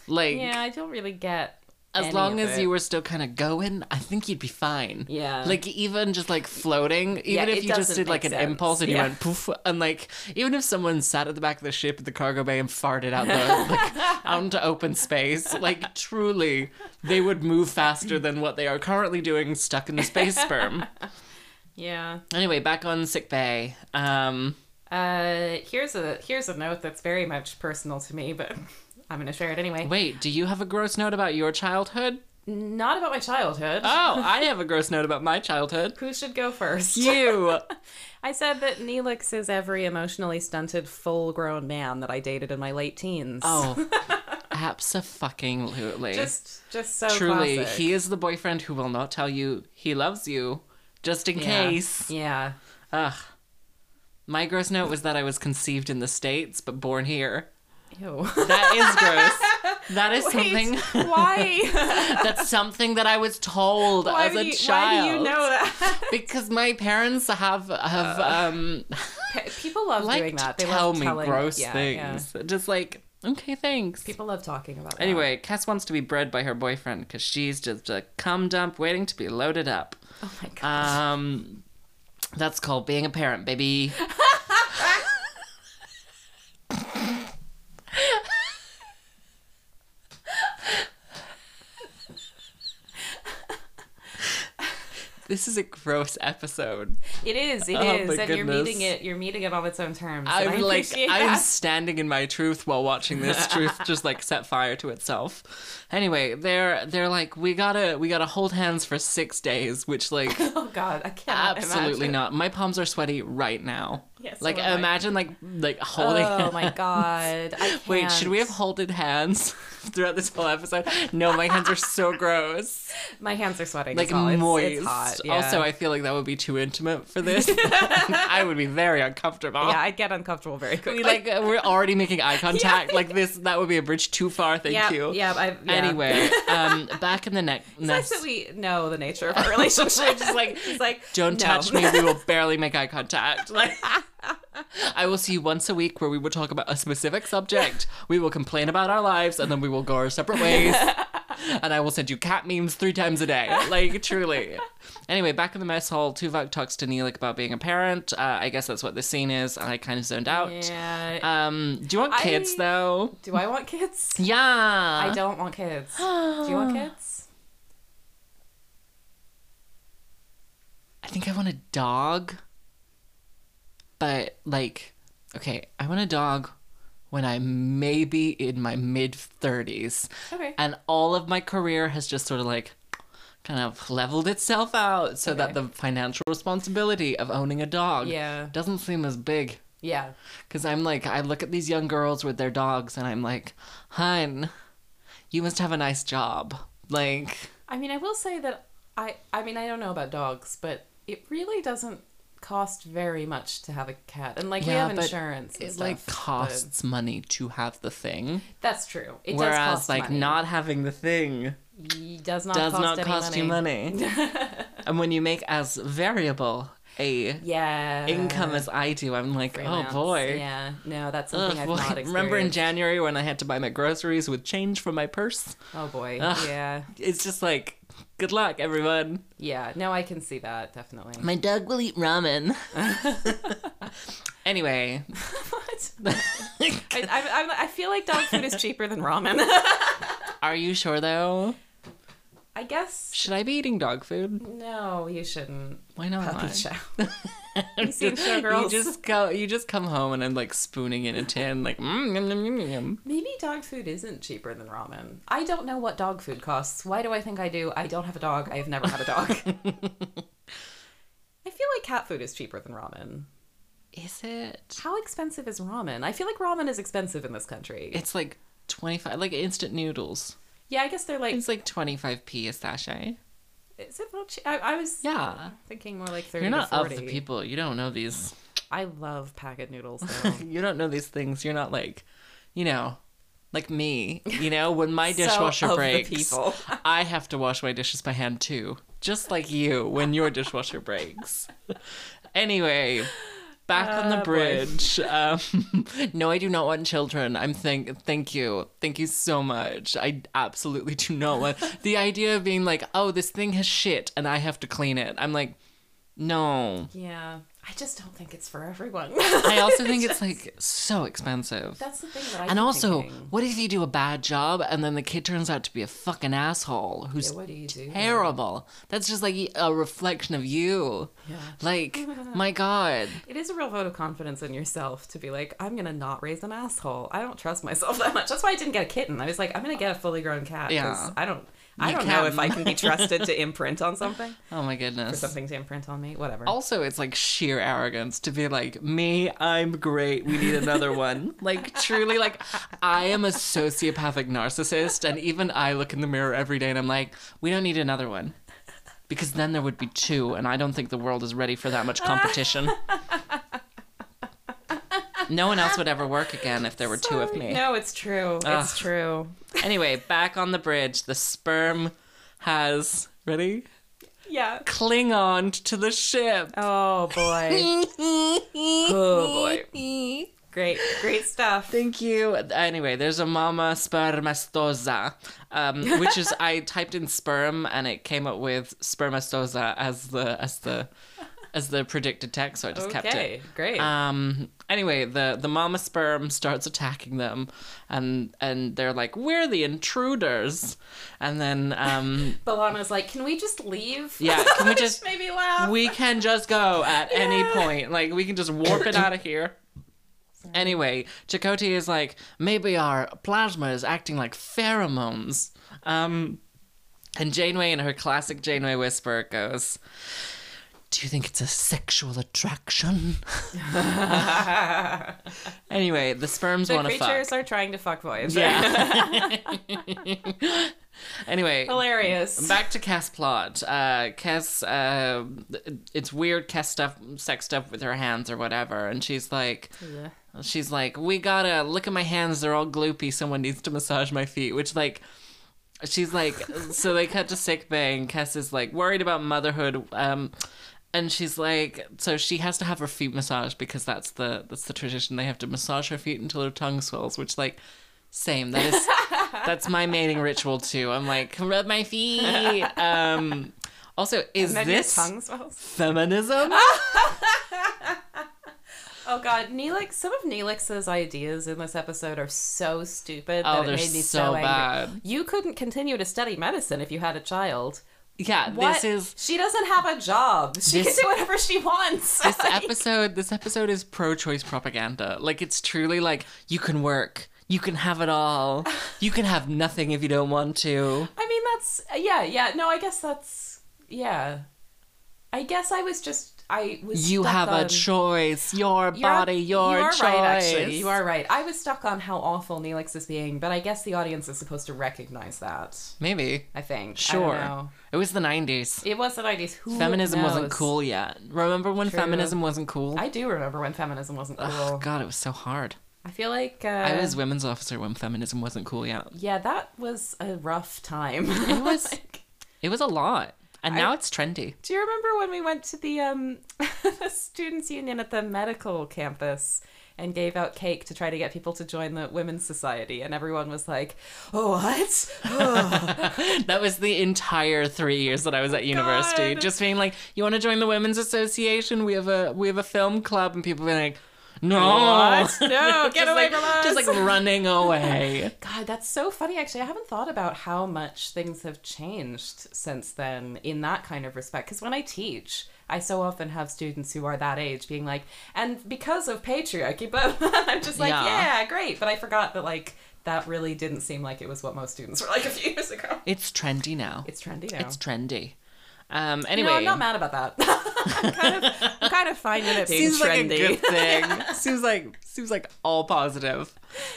Speaker 1: Like,
Speaker 2: yeah, I don't really get.
Speaker 1: as
Speaker 2: any
Speaker 1: long
Speaker 2: of
Speaker 1: as
Speaker 2: it.
Speaker 1: you were still kind of going, I think you'd be fine.
Speaker 2: Yeah.
Speaker 1: Like, even just like floating, even
Speaker 2: it
Speaker 1: if you just
Speaker 2: doesn't
Speaker 1: did like
Speaker 2: make
Speaker 1: an
Speaker 2: sense.
Speaker 1: impulse and
Speaker 2: Yeah.
Speaker 1: you went poof, and like, even if someone sat at the back of the ship at the cargo bay and farted out, the, like, out into open space, like, truly, they would move faster than what they are currently doing stuck in the space sperm.
Speaker 2: Yeah.
Speaker 1: Anyway, back on sick bay. Um,
Speaker 2: Uh, here's a here's a note that's very much personal to me, but I'm gonna share it anyway.
Speaker 1: wait, do you have a gross note about your childhood?
Speaker 2: Not about my childhood.
Speaker 1: Oh, I have a gross note about my childhood.
Speaker 2: Who should go first?
Speaker 1: You.
Speaker 2: I said that Neelix is every emotionally stunted, full-grown man that I dated in my late teens.
Speaker 1: Oh, absolutely.
Speaker 2: just just so
Speaker 1: Truly,
Speaker 2: classic.
Speaker 1: he is the boyfriend who will not tell you he loves you, just in
Speaker 2: yeah.
Speaker 1: case.
Speaker 2: Yeah.
Speaker 1: Ugh. My gross note was that I was conceived in the States but born here.
Speaker 2: Ew.
Speaker 1: That is gross. That is
Speaker 2: Wait,
Speaker 1: something.
Speaker 2: why?
Speaker 1: That's something that I was told
Speaker 2: why,
Speaker 1: as
Speaker 2: do
Speaker 1: a
Speaker 2: you,
Speaker 1: child.
Speaker 2: why do you know that?
Speaker 1: Because my parents have have um
Speaker 2: Pe- People love
Speaker 1: like
Speaker 2: doing
Speaker 1: to
Speaker 2: that. They
Speaker 1: tell
Speaker 2: love
Speaker 1: me
Speaker 2: telling,
Speaker 1: gross
Speaker 2: yeah, yeah.
Speaker 1: things. Just like okay, thanks.
Speaker 2: People love talking about that.
Speaker 1: Anyway, Cass wants to be bred by her boyfriend because she's just a cum dump waiting to be loaded up.
Speaker 2: Oh my god.
Speaker 1: Um, that's called being a parent, baby. this is a gross episode.
Speaker 2: It is. It is,
Speaker 1: Oh, my
Speaker 2: and you're
Speaker 1: goodness.
Speaker 2: meeting it. You're meeting it on its own terms. and I
Speaker 1: I'm like,
Speaker 2: appreciate
Speaker 1: I'm
Speaker 2: that.
Speaker 1: standing in my truth while watching this truth just like set fire to itself. Anyway, they're they're like, we gotta we gotta hold hands for six days, which like
Speaker 2: Oh God, I can't.
Speaker 1: absolutely not. My palms are sweaty right now.
Speaker 2: Yes,
Speaker 1: like
Speaker 2: so am I.
Speaker 1: imagine like like holding.
Speaker 2: Oh my Oh God. I can't.
Speaker 1: Wait, should we have holded hands? throughout this whole episode. No, my hands are so gross.
Speaker 2: My hands are sweating.
Speaker 1: Like
Speaker 2: as well. It's-
Speaker 1: moist.
Speaker 2: It's, hot. Yeah.
Speaker 1: Also, I feel like that would be too intimate for this. I would be very uncomfortable.
Speaker 2: yeah, I'd get uncomfortable very quickly.
Speaker 1: We, like uh, we're already making eye contact. Like this, that would be a bridge too far. Thank
Speaker 2: yeah,
Speaker 1: you.
Speaker 2: Yeah, I, yeah.
Speaker 1: Anyway, um, back in the neck.
Speaker 2: Nice
Speaker 1: nest.
Speaker 2: that we know the nature of our relationship.
Speaker 1: We're just like,
Speaker 2: it's like
Speaker 1: Don't
Speaker 2: no.
Speaker 1: touch me. We will barely make eye contact. Like, I will see you once a week where we will talk about a specific subject. We will complain about our lives and then we will go our separate ways. and I will send you cat memes three times a day. Like, truly. Anyway, back in the mess hall, Tuvok talks to Neelik about being a parent. Uh, I guess that's what this scene is. I kind of zoned out.
Speaker 2: Yeah.
Speaker 1: Um, do you want
Speaker 2: I-
Speaker 1: kids, though?
Speaker 2: Do I want kids?
Speaker 1: Yeah.
Speaker 2: I don't want kids. Do you want kids?
Speaker 1: I think I want a dog, but like, okay, I want a dog when I'm maybe in my mid 30s.
Speaker 2: Okay.
Speaker 1: And all of my career has just sort of like kind of leveled itself out so that the financial responsibility of owning a dog
Speaker 2: Yeah.
Speaker 1: doesn't seem as big.
Speaker 2: Yeah.
Speaker 1: Because I'm like, I look at these young girls with their dogs and I'm like, hun, you must have a nice job. Like,
Speaker 2: I mean, I will say that I I mean, I don't know about dogs, but it really doesn't cost very much to have a cat. And like
Speaker 1: Yeah,
Speaker 2: we have
Speaker 1: but
Speaker 2: insurance and
Speaker 1: it
Speaker 2: stuff.
Speaker 1: like
Speaker 2: but-
Speaker 1: costs money to have the thing.
Speaker 2: That's true. It does
Speaker 1: Whereas,
Speaker 2: cost
Speaker 1: like,
Speaker 2: money.
Speaker 1: not having the thing
Speaker 2: Y- does not
Speaker 1: does
Speaker 2: cost
Speaker 1: not
Speaker 2: any
Speaker 1: cost you money. and when you make as variable a
Speaker 2: Yeah.
Speaker 1: income as I do, I'm like,
Speaker 2: Freelance.
Speaker 1: oh boy.
Speaker 2: Yeah. No, that's
Speaker 1: Ugh,
Speaker 2: something I've
Speaker 1: boy.
Speaker 2: not experienced.
Speaker 1: Remember in January when I had to buy my groceries with change from my purse?
Speaker 2: Oh boy.
Speaker 1: Ugh.
Speaker 2: Yeah.
Speaker 1: It's just like, good luck, everyone.
Speaker 2: Yeah. No, I can see that definitely.
Speaker 1: My dog will eat ramen. anyway,
Speaker 2: What? I, I, I'm- I feel like dog food is cheaper than ramen.
Speaker 1: are you sure though?
Speaker 2: I guess.
Speaker 1: Should I be eating dog food?
Speaker 2: No, you shouldn't.
Speaker 1: Why not?
Speaker 2: Puppy chow. You seen Showgirls?
Speaker 1: You just go. You just come home and I'm like spooning in a tin, like mm, yum, yum, yum, yum, yum.
Speaker 2: Maybe dog food isn't cheaper than ramen. I don't know what dog food costs. Why do I think I do? I don't have a dog. I have never had a dog. I feel like cat food is cheaper than ramen.
Speaker 1: Is it?
Speaker 2: How expensive is ramen? I feel like ramen is expensive in this country.
Speaker 1: It's like twenty five, like instant noodles.
Speaker 2: yeah, I guess they're like.
Speaker 1: It's like twenty five p a sachet.
Speaker 2: Is it not? Che- I, I was
Speaker 1: Yeah,
Speaker 2: thinking more like 30
Speaker 1: you're not
Speaker 2: to 40.
Speaker 1: of the people. You don't know these.
Speaker 2: I love packet noodles though.
Speaker 1: You don't know these things. You're not like, you know, like me. You know, when my dishwasher
Speaker 2: of the
Speaker 1: breaks,
Speaker 2: people.
Speaker 1: I have to wash my dishes by hand too, just like you when your dishwasher breaks. Anyway, back on the
Speaker 2: Ah, boy.
Speaker 1: bridge. Um, no, I do not want children. I'm thank thank you, thank you so much. I absolutely do not want the idea of being like, oh, this thing has shit and I have to clean it. I'm like, no.
Speaker 2: yeah, I just don't think it's for everyone.
Speaker 1: I also think it's like so expensive.
Speaker 2: That's the thing that I
Speaker 1: And
Speaker 2: keep
Speaker 1: also,
Speaker 2: thinking.
Speaker 1: what if you do a bad job and then the kid turns out to be a fucking asshole who's
Speaker 2: Yeah, what do you do?
Speaker 1: terrible? That's just like a reflection of you.
Speaker 2: Yeah.
Speaker 1: Like, my God.
Speaker 2: It is a real vote of confidence in yourself to be like, I'm gonna not raise an asshole. I don't trust myself that much. That's why I didn't get a kitten. I was like, I'm gonna get a fully grown cat. 'cause
Speaker 1: Yeah.
Speaker 2: I don't. I
Speaker 1: You
Speaker 2: don't know
Speaker 1: can.
Speaker 2: if I can be trusted to imprint on something.
Speaker 1: Oh my
Speaker 2: Or
Speaker 1: goodness.
Speaker 2: something to imprint on me. Whatever.
Speaker 1: Also, it's like sheer arrogance to be like, me, I'm great. We need another one. like, truly, like, I am a sociopathic narcissist. And even I look in the mirror every day and I'm like, we don't need another one. Because then there would be two. And I don't think the world is ready for that much competition. no one else would ever work again if there were two of
Speaker 2: Sorry.
Speaker 1: me.
Speaker 2: Um, No, it's true. It's true.
Speaker 1: Anyway, back on the bridge, the sperm has, ready?
Speaker 2: Yeah.
Speaker 1: Cling on to the ship.
Speaker 2: Oh boy. oh boy. Great. Great stuff.
Speaker 1: Thank you. Anyway, there's a mama spermastosa, um, which is I typed in sperm and it came up with spermastosa as the as the as the predicted text, so I just kept
Speaker 2: Okay.
Speaker 1: it.
Speaker 2: Great.
Speaker 1: Um. Anyway, the the mama sperm starts attacking them, and and they're like, "We're the intruders," and then um,
Speaker 2: Balana's like, can we just leave?
Speaker 1: Yeah, can we
Speaker 2: Which
Speaker 1: just-
Speaker 2: made me laugh?
Speaker 1: we can just go at any point. Like we can just warp it out of here. Anyway, Chakotay is like, maybe our plasma is acting like pheromones. Um, and Janeway, in her classic Janeway whisper, goes, Do you think it's a sexual attraction? anyway, the sperms
Speaker 2: The
Speaker 1: want to fuck.
Speaker 2: creatures are trying to fuck Voyager.
Speaker 1: Yeah. anyway,
Speaker 2: Hilarious.
Speaker 1: back to Cass plot. Uh, Cass, uh, it's weird. Cass stuff, sex stuff with her hands or whatever, and she's like, she's like, we gotta look at my hands. They're all gloopy. Someone needs to massage my feet. Which like. She's like, so they cut to sick bay, and Cass is like worried about motherhood, um, and she's like, so she has to have her feet massaged because that's the that's the tradition. They have to massage her feet until her tongue swells, which like, same. That is that's my mating ritual too. I'm like, rub my feet. Um, also, is
Speaker 2: And then
Speaker 1: this
Speaker 2: your tongue swells.
Speaker 1: feminism?
Speaker 2: Oh god, Neelix. Some of Neelix's ideas in this episode are so stupid
Speaker 1: Oh,
Speaker 2: that it
Speaker 1: they're
Speaker 2: made me so,
Speaker 1: so
Speaker 2: angry.
Speaker 1: bad.
Speaker 2: You couldn't continue to study medicine if you had a child.
Speaker 1: yeah,
Speaker 2: What?
Speaker 1: this is
Speaker 2: She doesn't have a job. She
Speaker 1: This-
Speaker 2: can do whatever she wants.
Speaker 1: this episode. This episode is pro-choice propaganda. Like it's truly like you can work, you can have it all, you can have nothing if you don't want to.
Speaker 2: I mean, that's yeah, yeah. No, I guess that's yeah. I guess I was just I was.
Speaker 1: You
Speaker 2: stuck
Speaker 1: have
Speaker 2: on,
Speaker 1: a choice. Your
Speaker 2: You're-
Speaker 1: body, your
Speaker 2: you are
Speaker 1: choice.
Speaker 2: Right, actually, you are right. I was stuck on how awful Neelix is being, but I guess the audience is supposed to recognize that.
Speaker 1: Maybe.
Speaker 2: I think. I don't
Speaker 1: Sure.
Speaker 2: know.
Speaker 1: It was the 90s.
Speaker 2: It was the nineties. Who
Speaker 1: Feminism wasn't
Speaker 2: knows?
Speaker 1: cool yet. Remember when
Speaker 2: True.
Speaker 1: feminism wasn't cool?
Speaker 2: I do remember when feminism wasn't cool.
Speaker 1: Oh God, it was so hard.
Speaker 2: I feel like uh,
Speaker 1: I was women's officer when feminism wasn't cool yet.
Speaker 2: Yeah, that was a rough time.
Speaker 1: It was-
Speaker 2: Like,
Speaker 1: It was a lot, and now it's trendy.
Speaker 2: do you remember when we went to the um the students union at the medical campus? And gave out cake to try to get people to join the women's society, and everyone was like, "Oh, what? Ugh."
Speaker 1: That was the entire three years that I was at university,
Speaker 2: Oh, God.
Speaker 1: just being like, "You want to join the women's association? We have a we have a film club," and people being like, "No,
Speaker 2: What? No, get
Speaker 1: Just
Speaker 2: away
Speaker 1: like-
Speaker 2: from us!"
Speaker 1: Just like running away.
Speaker 2: God, that's so funny. Actually, I haven't thought about how much things have changed since then in that kind of respect. Because when I teach, I so often have students who are that age being like, and because of patriarchy, but I'm just like,
Speaker 1: Yeah.
Speaker 2: yeah. great. But I forgot that, like, that really didn't seem like it was what most students were like a few years ago.
Speaker 1: it's trendy now. It's,
Speaker 2: It's trendy now.
Speaker 1: trendy. Um.
Speaker 2: You
Speaker 1: Anyway,
Speaker 2: know, I'm not mad about that. I'm, kind of, I'm kind of fine with it being
Speaker 1: seems like a
Speaker 2: trendy.
Speaker 1: good thing. seems like seems like all positive.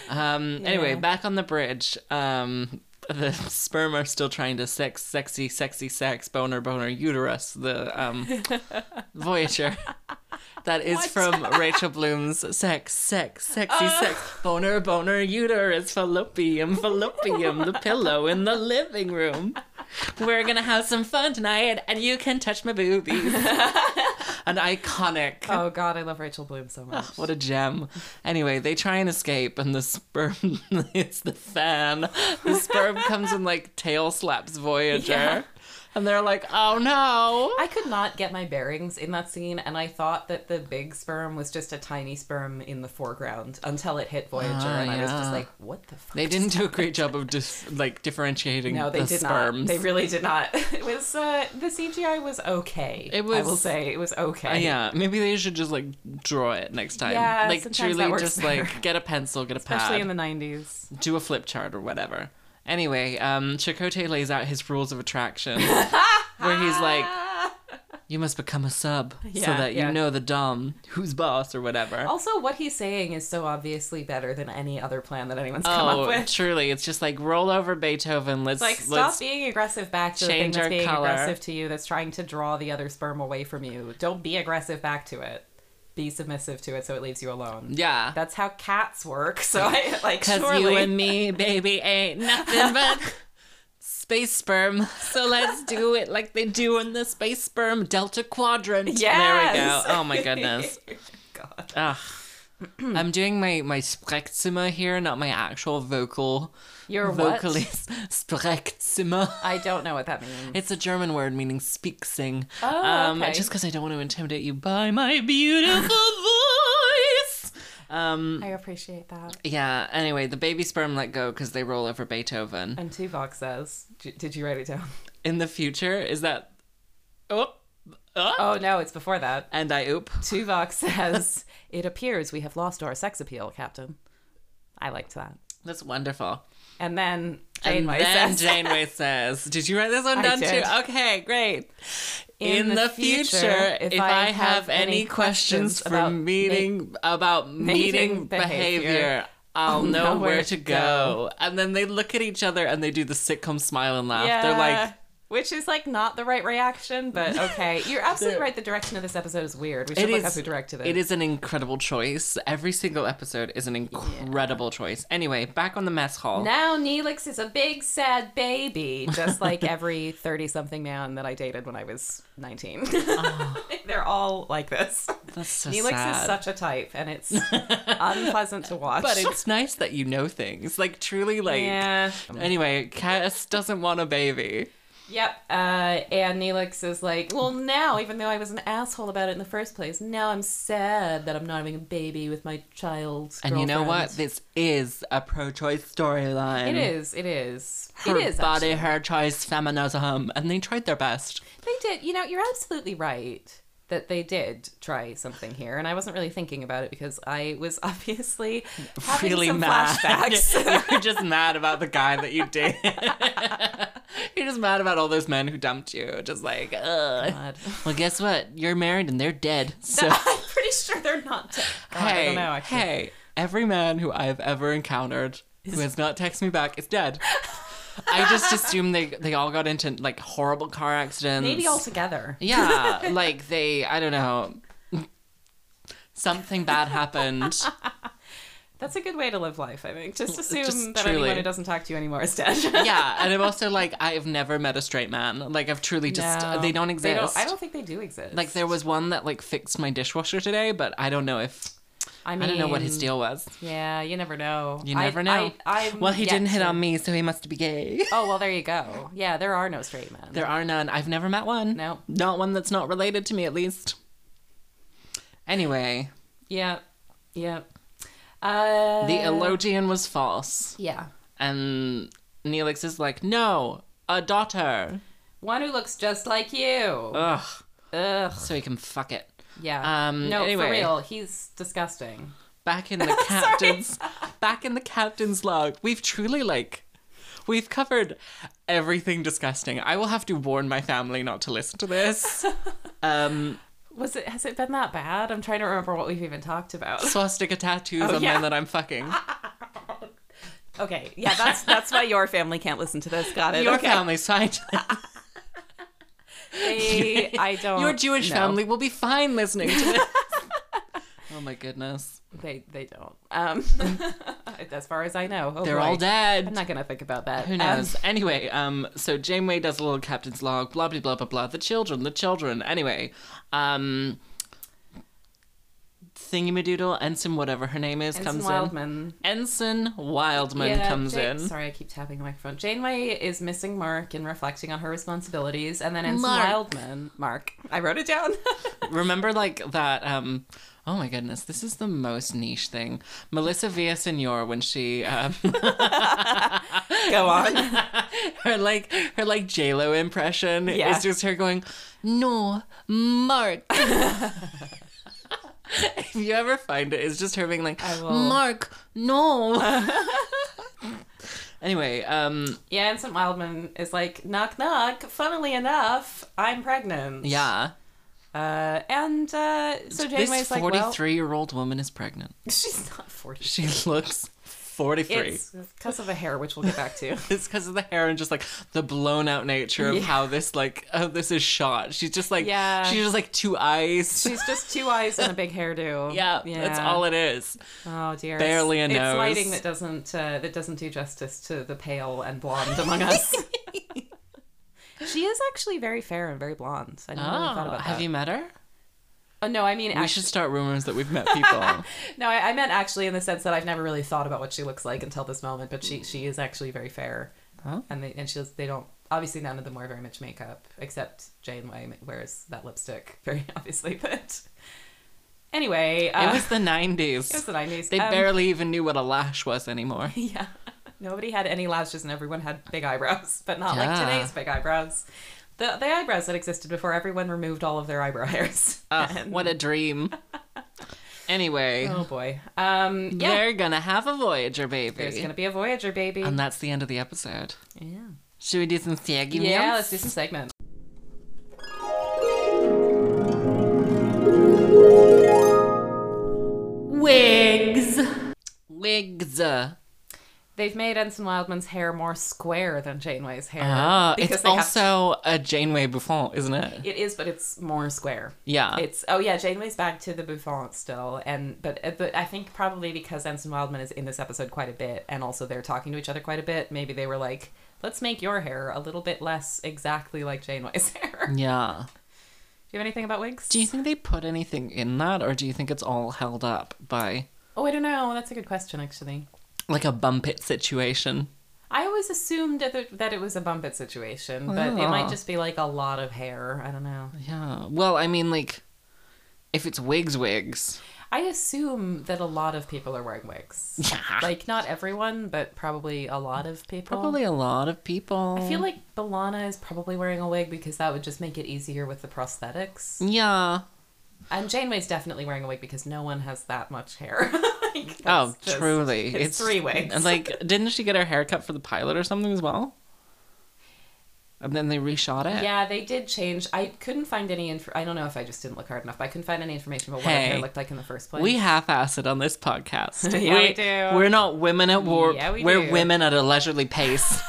Speaker 1: Um. Anyway,
Speaker 2: Yeah.
Speaker 1: back on the bridge. Um. The sperm are still trying to sex, sexy, sexy, sex, boner, boner, uterus. The um, Voyager. That is from Rachel Bloom's sex, sex, sexy, sex, boner, boner, uterus, fallopium, fallopium, the pillow in the living room. We're gonna have some fun tonight, and you can touch my boobies. An iconic.
Speaker 2: oh, God, I love Rachel Bloom so much.
Speaker 1: What a gem. Anyway, they try and escape, and the sperm hits the fan. The sperm comes and, like, tail slaps Voyager.
Speaker 2: Yeah.
Speaker 1: And they're like, oh no.
Speaker 2: I could not get my bearings in that scene, and I thought that the big sperm was just a tiny sperm in the foreground until it hit Voyager,
Speaker 1: Ah,
Speaker 2: and I was
Speaker 1: yeah.
Speaker 2: just like, "What the fuck?"
Speaker 1: They didn't do a great job of just, like, differentiating
Speaker 2: No, they
Speaker 1: the
Speaker 2: did
Speaker 1: sperms.
Speaker 2: not. They really did not. It was uh, the CGI was okay.
Speaker 1: It
Speaker 2: I
Speaker 1: was-
Speaker 2: will say it was okay.
Speaker 1: Uh, yeah, maybe they should just, like, draw it next time.
Speaker 2: Yeah,
Speaker 1: like,
Speaker 2: sometimes
Speaker 1: truly
Speaker 2: that works
Speaker 1: just,
Speaker 2: better.
Speaker 1: like, get a pencil, get a
Speaker 2: especially
Speaker 1: pad.
Speaker 2: in the nineties.
Speaker 1: do a flip chart or whatever. Anyway, um, Chakotay lays out his rules of attraction, where he's like, "You must become a sub so
Speaker 2: Yeah,
Speaker 1: that
Speaker 2: yeah. Oh,
Speaker 1: you know the dom, who's boss, or whatever."
Speaker 2: Also, what he's saying is so obviously better than any other plan that anyone's come up
Speaker 1: oh,
Speaker 2: with.
Speaker 1: truly, it's just like roll over Beethoven. Let's
Speaker 2: Like, stop
Speaker 1: let's
Speaker 2: being aggressive back to the thing
Speaker 1: change
Speaker 2: that's
Speaker 1: our
Speaker 2: being
Speaker 1: color.
Speaker 2: aggressive to you, that's trying to draw the other sperm away from you. Don't be aggressive back to it. Be submissive to it so it leaves you alone.
Speaker 1: yeah,
Speaker 2: That's how cats work. So I like
Speaker 1: because
Speaker 2: surely.
Speaker 1: you and me, baby, ain't nothing but space sperm. So let's do it like they do in the space sperm Delta Quadrant. there we go.
Speaker 2: Yes!
Speaker 1: Oh my goodness.
Speaker 2: God.
Speaker 1: Ugh. I'm doing my my Sprechzimmer here, not my actual vocal
Speaker 2: Your what?
Speaker 1: vocalist Sprechzimmer.
Speaker 2: I don't know what that means.
Speaker 1: It's a German word meaning speak sing.
Speaker 2: Oh,
Speaker 1: um,
Speaker 2: okay.
Speaker 1: Just because I don't want to intimidate you by my beautiful voice. Um,
Speaker 2: I appreciate that.
Speaker 1: yeah. Anyway, the baby sperm let go because they roll over Beethoven.
Speaker 2: And Tuvok says, J- "Did you write it down?"
Speaker 1: In the future, is that? Oh,
Speaker 2: Oh no, it's before that.
Speaker 1: and I oop.
Speaker 2: Tuvok says, "It appears we have lost our sex appeal, Captain." I liked that.
Speaker 1: That's wonderful.
Speaker 2: And then
Speaker 1: And
Speaker 2: Janeway
Speaker 1: then
Speaker 2: says,
Speaker 1: Janeway says, "Did you write this one
Speaker 2: I
Speaker 1: down
Speaker 2: did.
Speaker 1: too? Okay, great. in, the, future, if, I, have any questions for
Speaker 2: about ma-
Speaker 1: meeting about meeting
Speaker 2: meeting
Speaker 1: behavior,
Speaker 2: behavior,
Speaker 1: I'll know
Speaker 2: know
Speaker 1: where
Speaker 2: where
Speaker 1: to
Speaker 2: to
Speaker 1: go. And then they look at each other and they do the sitcom smile and laugh. They're like,
Speaker 2: which is like not the right reaction, but okay. You're absolutely right. The direction of this episode is weird. We should
Speaker 1: it
Speaker 2: look
Speaker 1: is,
Speaker 2: up who directed it.
Speaker 1: it is an incredible choice. Every single episode is an incredible choice. Anyway, back on the mess hall.
Speaker 2: Now Neelix is a big sad baby, just like every 30 something man that I dated when I was 19. They're all like this.
Speaker 1: Oh. That's so
Speaker 2: Neelix
Speaker 1: sad.
Speaker 2: is such a type, and it's unpleasant to watch.
Speaker 1: but it's nice that you know things. Like truly, like
Speaker 2: yeah.
Speaker 1: anyway, Cass doesn't want a baby.
Speaker 2: Yep. Uh, and Neelix is like, well, now, even though I was an asshole about it in the first place, now I'm sad that I'm not having a baby with my child.
Speaker 1: And you know what?
Speaker 2: girlfriend."
Speaker 1: This is a pro-choice storyline.
Speaker 2: It is. It is.
Speaker 1: Her
Speaker 2: it is.
Speaker 1: body,
Speaker 2: actually.
Speaker 1: her choice, feminism, and they tried their best.
Speaker 2: They did. You know, you're absolutely right that they did try something here, and I wasn't really thinking about it because I was obviously having
Speaker 1: really
Speaker 2: some
Speaker 1: mad.
Speaker 2: flashbacks.
Speaker 1: You're just mad about the guy that you did. You're just mad about all those men who dumped you. Just like, ugh.
Speaker 2: God.
Speaker 1: Well, guess what? You're married and they're dead. So
Speaker 2: I'm pretty sure they're not. dead. God,
Speaker 1: hey,
Speaker 2: I don't know. Actually,
Speaker 1: hey, every man who I've ever encountered who has not texted me back is dead. I just assume they they all got into like horrible car accidents.
Speaker 2: maybe all together.
Speaker 1: Yeah, like they, I don't know. Something bad happened.
Speaker 2: That's a good way to live life. I think. Just assume
Speaker 1: Just
Speaker 2: that
Speaker 1: truly.
Speaker 2: anyone who doesn't talk to you anymore is dead.
Speaker 1: Yeah, and I'm also like, I've never met a straight man. Like, I've truly just,
Speaker 2: No.
Speaker 1: they don't exist.
Speaker 2: I don't think they do exist.
Speaker 1: like, there was one that like fixed my dishwasher today, but I don't know if,
Speaker 2: I
Speaker 1: I
Speaker 2: mean,
Speaker 1: don't know what his deal was.
Speaker 2: Yeah, you never know.
Speaker 1: You
Speaker 2: I-
Speaker 1: never know.
Speaker 2: I, I'm
Speaker 1: well, he
Speaker 2: yet
Speaker 1: didn't hit
Speaker 2: to-
Speaker 1: on me, so he must be gay.
Speaker 2: Oh well, there you go. Yeah, there are no straight men.
Speaker 1: There are none. I've never met one.
Speaker 2: No.
Speaker 1: Not one that's not related to me, at least. Anyway,
Speaker 2: Yeah, yeah. Uh,
Speaker 1: the Elogian was false.
Speaker 2: Yeah.
Speaker 1: And Neelix is like, no, a daughter.
Speaker 2: One who looks just like you.
Speaker 1: Ugh.
Speaker 2: Ugh.
Speaker 1: So he can fuck it.
Speaker 2: Yeah.
Speaker 1: Um,
Speaker 2: no,
Speaker 1: anyway.
Speaker 2: for real. He's disgusting.
Speaker 1: Back in the captain's back in the captain's log. We've truly like we've covered everything disgusting. I will have to warn my family not to listen to this. Um
Speaker 2: Was it? Has it been that bad? I'm trying to remember what we've even talked about.
Speaker 1: swastika tattoos on
Speaker 2: Oh, yeah.
Speaker 1: men that I'm fucking.
Speaker 2: Okay. Yeah, that's that's why your family can't listen to this. Got it.
Speaker 1: Your
Speaker 2: okay.
Speaker 1: family side.
Speaker 2: They- I don't.
Speaker 1: Your Jewish
Speaker 2: know.
Speaker 1: family will be fine listening to this. oh my goodness.
Speaker 2: They they don't. Um, as far as I know, Oh,
Speaker 1: They're
Speaker 2: boy.
Speaker 1: all dead.
Speaker 2: I'm not gonna think about that.
Speaker 1: Who
Speaker 2: Um,
Speaker 1: knows? anyway, um, so Janeway does a little captain's log, blah blah blah blah blah. The children, the children. Anyway, um, Thingamadoodle, Ensign, whatever her name is,
Speaker 2: Ensign
Speaker 1: comes
Speaker 2: Wildman.
Speaker 1: in. Ensign Wildman
Speaker 2: Yeah,
Speaker 1: comes
Speaker 2: Jane-
Speaker 1: in.
Speaker 2: Sorry, I keep tapping the microphone. Janeway is missing Mark and reflecting on her responsibilities, and then Ensign
Speaker 1: Mark.
Speaker 2: Wildman. Mark, I wrote it down.
Speaker 1: Remember, like that. Um, oh my goodness, this is the most niche thing. Melissa Villasenor when she um,
Speaker 2: Go on.
Speaker 1: her like her like J Lo impression
Speaker 2: Yeah.
Speaker 1: is just her going, "No, Mark." if you ever find it, it's just her being like,
Speaker 2: I will.
Speaker 1: "Mark, no." anyway, um,
Speaker 2: yeah, Ensign Wildman is like, knock knock. Funnily enough, I'm pregnant.
Speaker 1: yeah,
Speaker 2: Uh, and uh, so
Speaker 1: this
Speaker 2: Janeway's like, well,
Speaker 1: forty-three-year-old woman is pregnant.
Speaker 2: she's not forty.
Speaker 1: She looks forty-three.
Speaker 2: It's because of a hair, which we'll get back to.
Speaker 1: It's because of the hair and just like the blown out nature of
Speaker 2: Yeah.
Speaker 1: how this like how this is shot. She's just like
Speaker 2: Yeah.
Speaker 1: she's just like two eyes.
Speaker 2: She's just two eyes and a big hairdo.
Speaker 1: yeah, that's all it is.
Speaker 2: Oh dear.
Speaker 1: Barely a
Speaker 2: it's,
Speaker 1: nose.
Speaker 2: It's lighting that doesn't uh, that doesn't do justice to the pale and blonde among us. she is actually very fair and very blonde. I never really thought
Speaker 1: Oh,
Speaker 2: about
Speaker 1: have
Speaker 2: that.
Speaker 1: you met her?
Speaker 2: Oh, no, I mean
Speaker 1: We
Speaker 2: actually,
Speaker 1: should start rumors that we've met people.
Speaker 2: no, I, I meant actually in the sense that I've never really thought about what she looks like until this moment. But she she is actually very fair,
Speaker 1: Huh?
Speaker 2: and they and she they don't obviously none of them wear very much makeup except Janeway wears that lipstick very obviously. But anyway, uh,
Speaker 1: it was the 90s.
Speaker 2: it was the um, nineties.
Speaker 1: they barely even knew what a lash was anymore.
Speaker 2: Yeah. Nobody had any lashes and everyone had big eyebrows, but not like
Speaker 1: Yeah.
Speaker 2: today's big eyebrows. The, the eyebrows that existed before everyone removed all of their eyebrow hairs.
Speaker 1: Ugh, what a dream. Anyway,
Speaker 2: oh boy. Um, yeah.
Speaker 1: they're gonna have a Voyager
Speaker 2: There's
Speaker 1: baby.
Speaker 2: going to be a Voyager baby.
Speaker 1: And that's the end of the episode.
Speaker 2: yeah.
Speaker 1: Should we do some saggy
Speaker 2: Yeah,
Speaker 1: meows?
Speaker 2: let's do some segments.
Speaker 1: Duh.
Speaker 2: They've made Ensign Wildman's hair more square than Janeway's hair.
Speaker 1: Ah,
Speaker 2: because
Speaker 1: it's
Speaker 2: they have-
Speaker 1: also a Janeway Buffon, isn't it?
Speaker 2: It is, but it's more square.
Speaker 1: Yeah.
Speaker 2: It's oh yeah, Janeway's back to the Buffon still, and but uh, but I think probably because Ensign Wildman is in this episode quite a bit, and also they're talking to each other quite a bit. Maybe they were like, let's make your hair a little bit less exactly like Janeway's hair. Do
Speaker 1: yeah.
Speaker 2: you have anything about wigs?
Speaker 1: Do you think they put anything in that, or do you think it's all held up by
Speaker 2: oh, I don't know. That's a good question, actually.
Speaker 1: like a bump it situation?
Speaker 2: I always assumed that it, that it was a bumpet situation, but it might
Speaker 1: Oh.
Speaker 2: just be like a lot of hair. I don't know.
Speaker 1: Yeah. Well, I mean, like, if it's wigs, wigs.
Speaker 2: I assume that a lot of people are wearing wigs.
Speaker 1: Yeah.
Speaker 2: Like not everyone, but probably a lot of people.
Speaker 1: Probably a lot of people.
Speaker 2: I feel like Balana is probably wearing a wig because that would just make it easier with the prosthetics.
Speaker 1: Mm. Yeah.
Speaker 2: And Janeway's definitely wearing a wig because no one has that much hair. Like,
Speaker 1: Oh,
Speaker 2: that's just-
Speaker 1: truly.
Speaker 2: It's, three wigs.
Speaker 1: And like, didn't she get her hair cut for the pilot or something as well? And then they reshot it?
Speaker 2: yeah, they did change. I couldn't find any info. I don't know if I just didn't look hard enough, but I couldn't find any information about what her hair
Speaker 1: Hey.
Speaker 2: looked like in the first place.
Speaker 1: We half-ass it on this podcast.
Speaker 2: Yeah, we do.
Speaker 1: We're not women at war.
Speaker 2: Yeah, we
Speaker 1: are
Speaker 2: do.
Speaker 1: women at a leisurely pace.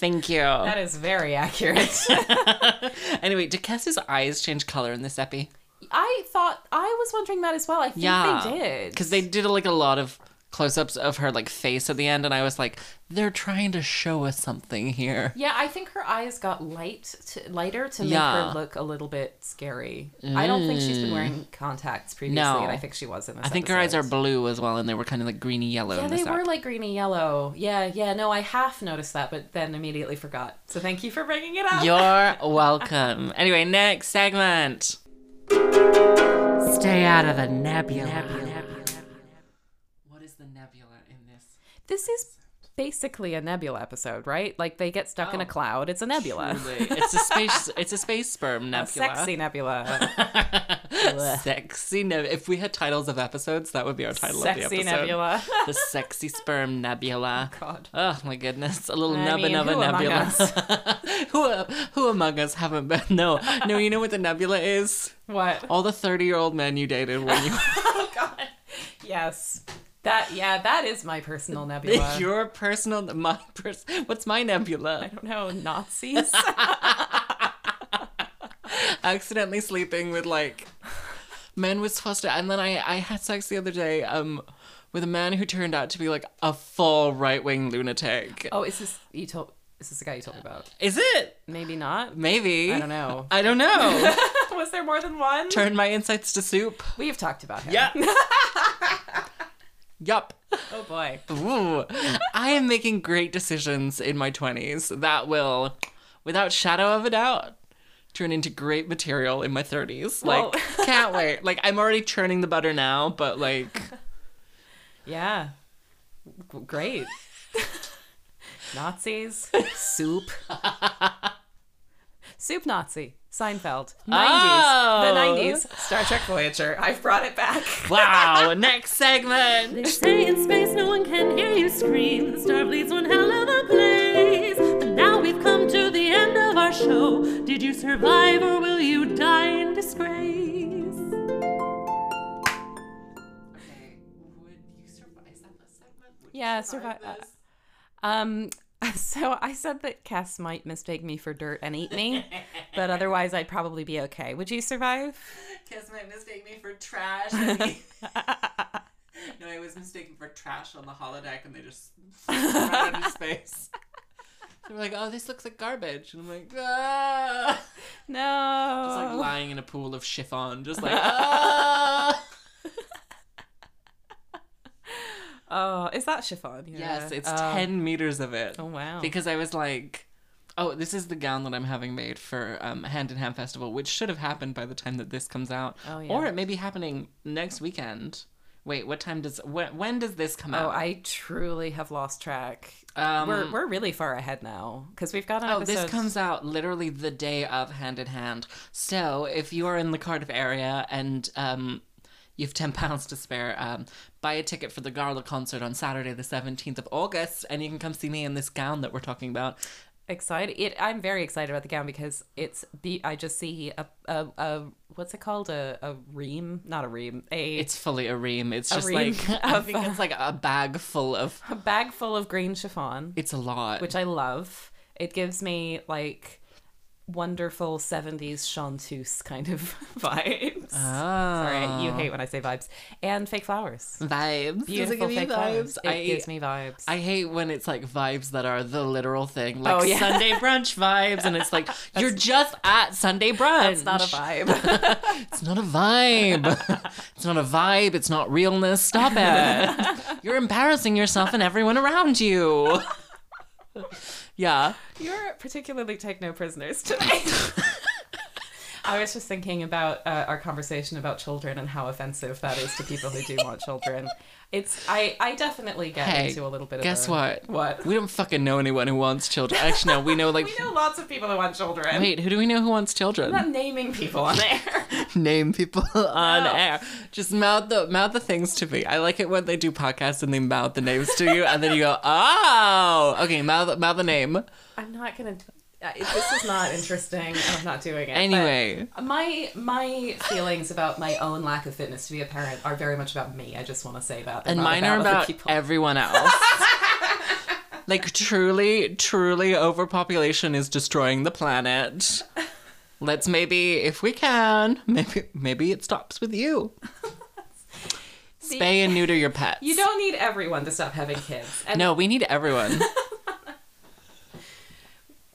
Speaker 1: Thank you.
Speaker 2: that is very accurate.
Speaker 1: anyway, did Kess's eyes change color in this epi?
Speaker 2: I thought I was wondering that as well. I think they did
Speaker 1: Because they did like a lot of close-ups of her like face at the end, and I was like, they're trying to show us something here.
Speaker 2: Yeah, I think her eyes got light to, lighter to make
Speaker 1: Yeah. Mm.
Speaker 2: her look a little bit scary. I don't think she's been wearing contacts previously,
Speaker 1: No.
Speaker 2: and I think she was in this.
Speaker 1: I think her eyes are
Speaker 2: episode.
Speaker 1: blue as well, and they were kind of like greeny yellow.
Speaker 2: Yeah,
Speaker 1: in
Speaker 2: they
Speaker 1: this
Speaker 2: were
Speaker 1: app.
Speaker 2: like greeny yellow. Yeah, yeah. No, I half noticed that, but then immediately forgot. So thank you for bringing it up.
Speaker 1: You're welcome. Anyway, next segment. Stay out of the nebula. What is the nebula in this?
Speaker 2: This is basically a nebula episode, right? Like they get stuck in a
Speaker 1: Oh.
Speaker 2: cloud. It's a nebula.
Speaker 1: it's a space. It's a space sperm
Speaker 2: A
Speaker 1: nebula.
Speaker 2: sexy nebula.
Speaker 1: sexy nebula. If we had titles of episodes, that would be our title of the
Speaker 2: sexy
Speaker 1: episode.
Speaker 2: nebula.
Speaker 1: The sexy sperm nebula.
Speaker 2: God.
Speaker 1: Oh my goodness, a little
Speaker 2: I
Speaker 1: nubbin
Speaker 2: mean,
Speaker 1: of a
Speaker 2: who among
Speaker 1: nebula.
Speaker 2: us?
Speaker 1: who who among us haven't been? No, no. You know what the nebula is?
Speaker 2: What?
Speaker 1: All the thirty-year-old men you dated when you
Speaker 2: Oh God. Yes. That yeah, that is my personal nebula.
Speaker 1: Your personal, my pers- What's my nebula?
Speaker 2: I don't know, Nazis?
Speaker 1: Accidentally sleeping with like men was supposed to, and then I I had sex the other day um with a man who turned out to be like a full right wing lunatic.
Speaker 2: oh, is this you told is this the guy you told me about?
Speaker 1: Is it?
Speaker 2: Maybe not.
Speaker 1: Maybe.
Speaker 2: I don't know.
Speaker 1: I don't know.
Speaker 2: Was there more than one?
Speaker 1: Turn my insights to soup.
Speaker 2: We've talked about him.
Speaker 1: Yup. yup.
Speaker 2: Oh boy.
Speaker 1: Ooh. I am making great decisions in my 20s that will, without shadow of a doubt, turn into great material in my 30s. Like,
Speaker 2: Whoa.
Speaker 1: can't wait. Like, I'm already churning the butter now, but like,
Speaker 2: Yeah. G- Great. Nazis. Soup. Soup Nazi. Seinfeld. 90s.
Speaker 1: Oh.
Speaker 2: The 90s. Star Trek Voyager. I've brought it back.
Speaker 1: wow, next segment.
Speaker 3: They say in space no one can hear you scream. The Starfleet's one hell of a place. But now we've come to the end of our show. Did you survive or will you die in disgrace?
Speaker 2: Yeah, survive. Um, so I said that Cass might mistake me for dirt and eat me, but otherwise I'd probably be okay. Would you survive?
Speaker 1: Kiss might mistake me for trash. no, I was mistaken for trash on the holodeck, and they just ran into space. They were like, "Oh, this looks like garbage," and I'm like, "Ah."
Speaker 2: No.
Speaker 1: It's like lying in a pool of chiffon, just like, ah.
Speaker 2: oh, is that chiffon?
Speaker 1: Yes, it's
Speaker 2: Oh.
Speaker 1: 10 meters of it.
Speaker 2: Oh wow.
Speaker 1: Because I was like, oh, this is the gown that I'm having made for um, Hand in Hand Festival, which should have happened by the time that this comes out.
Speaker 2: Oh, yeah.
Speaker 1: Or it may be happening next weekend. Wait, what time does, wh- when does this come
Speaker 2: oh,
Speaker 1: out?
Speaker 2: I truly have lost track.
Speaker 1: Um,
Speaker 2: we're we're really far ahead now because we've got an
Speaker 1: Oh,
Speaker 2: episode.
Speaker 1: this comes out literally the day of Hand in Hand. So if you are in the Cardiff area and um, you've ten pounds to spare, um, buy a ticket for the Garla concert on Saturday, the seventeenth of August, and you can come see me in this gown that we're talking about.
Speaker 2: excited. It, I'm very excited about the gown because it's be. I just see a a, a what's it called a a ream, not a ream, a
Speaker 1: It's fully a ream. It's just
Speaker 2: ream
Speaker 1: like I
Speaker 2: of,
Speaker 1: think it's like a bag full of.
Speaker 2: a bag full of green chiffon,
Speaker 1: It's a lot.
Speaker 2: which I love. It gives me like wonderful 70s chanteuse kind of vibes.
Speaker 1: Ah.
Speaker 2: Sorry, you hate when I say vibes. And fake flowers.
Speaker 1: vibes. Does it
Speaker 2: Beautiful
Speaker 1: give you
Speaker 2: fake flowers.
Speaker 1: vibes?
Speaker 2: It gives me vibes.
Speaker 1: I hate when it's like vibes that are the literal thing, like
Speaker 2: Oh, yeah.
Speaker 1: Sunday brunch vibes, and it's like you're just at Sunday brunch.
Speaker 2: it's not a vibe.
Speaker 1: It's not a vibe. it's not a vibe. It's not realness. Stop it. you're embarrassing yourself and everyone around you. yeah.
Speaker 2: You're particularly take no prisoners today. I was just thinking about uh, our conversation about children and how offensive that is to people who do want children. It's I I definitely get
Speaker 1: Hey,
Speaker 2: into a little bit of
Speaker 1: guess
Speaker 2: a-
Speaker 1: what?
Speaker 2: What?
Speaker 1: We don't fucking know anyone who wants children. Actually, no, we know like.
Speaker 2: We know lots of people who want children.
Speaker 1: Wait, who do we know who wants children?
Speaker 2: I'm not naming people on air.
Speaker 1: name people on
Speaker 2: No.
Speaker 1: air. Just mouth the mouth the things to me. I like it when they do podcasts and they mouth the names to you, and then you go, "Oh, okay, mouth mouth the name."
Speaker 2: I'm not gonna. uh, This is not interesting, and I'm not doing it. but
Speaker 1: Anyway,
Speaker 2: my my feelings about my own lack of fitness to be a parent are very much about me. I just want to say that, They're
Speaker 1: and
Speaker 2: not
Speaker 1: mine are
Speaker 2: other
Speaker 1: about
Speaker 2: people.
Speaker 1: everyone else. like truly, truly, overpopulation is destroying the planet. Let's maybe, if we can, maybe maybe it stops with you. Spay and neuter your pets.
Speaker 2: You don't need everyone to stop having kids. And
Speaker 1: No, we need everyone.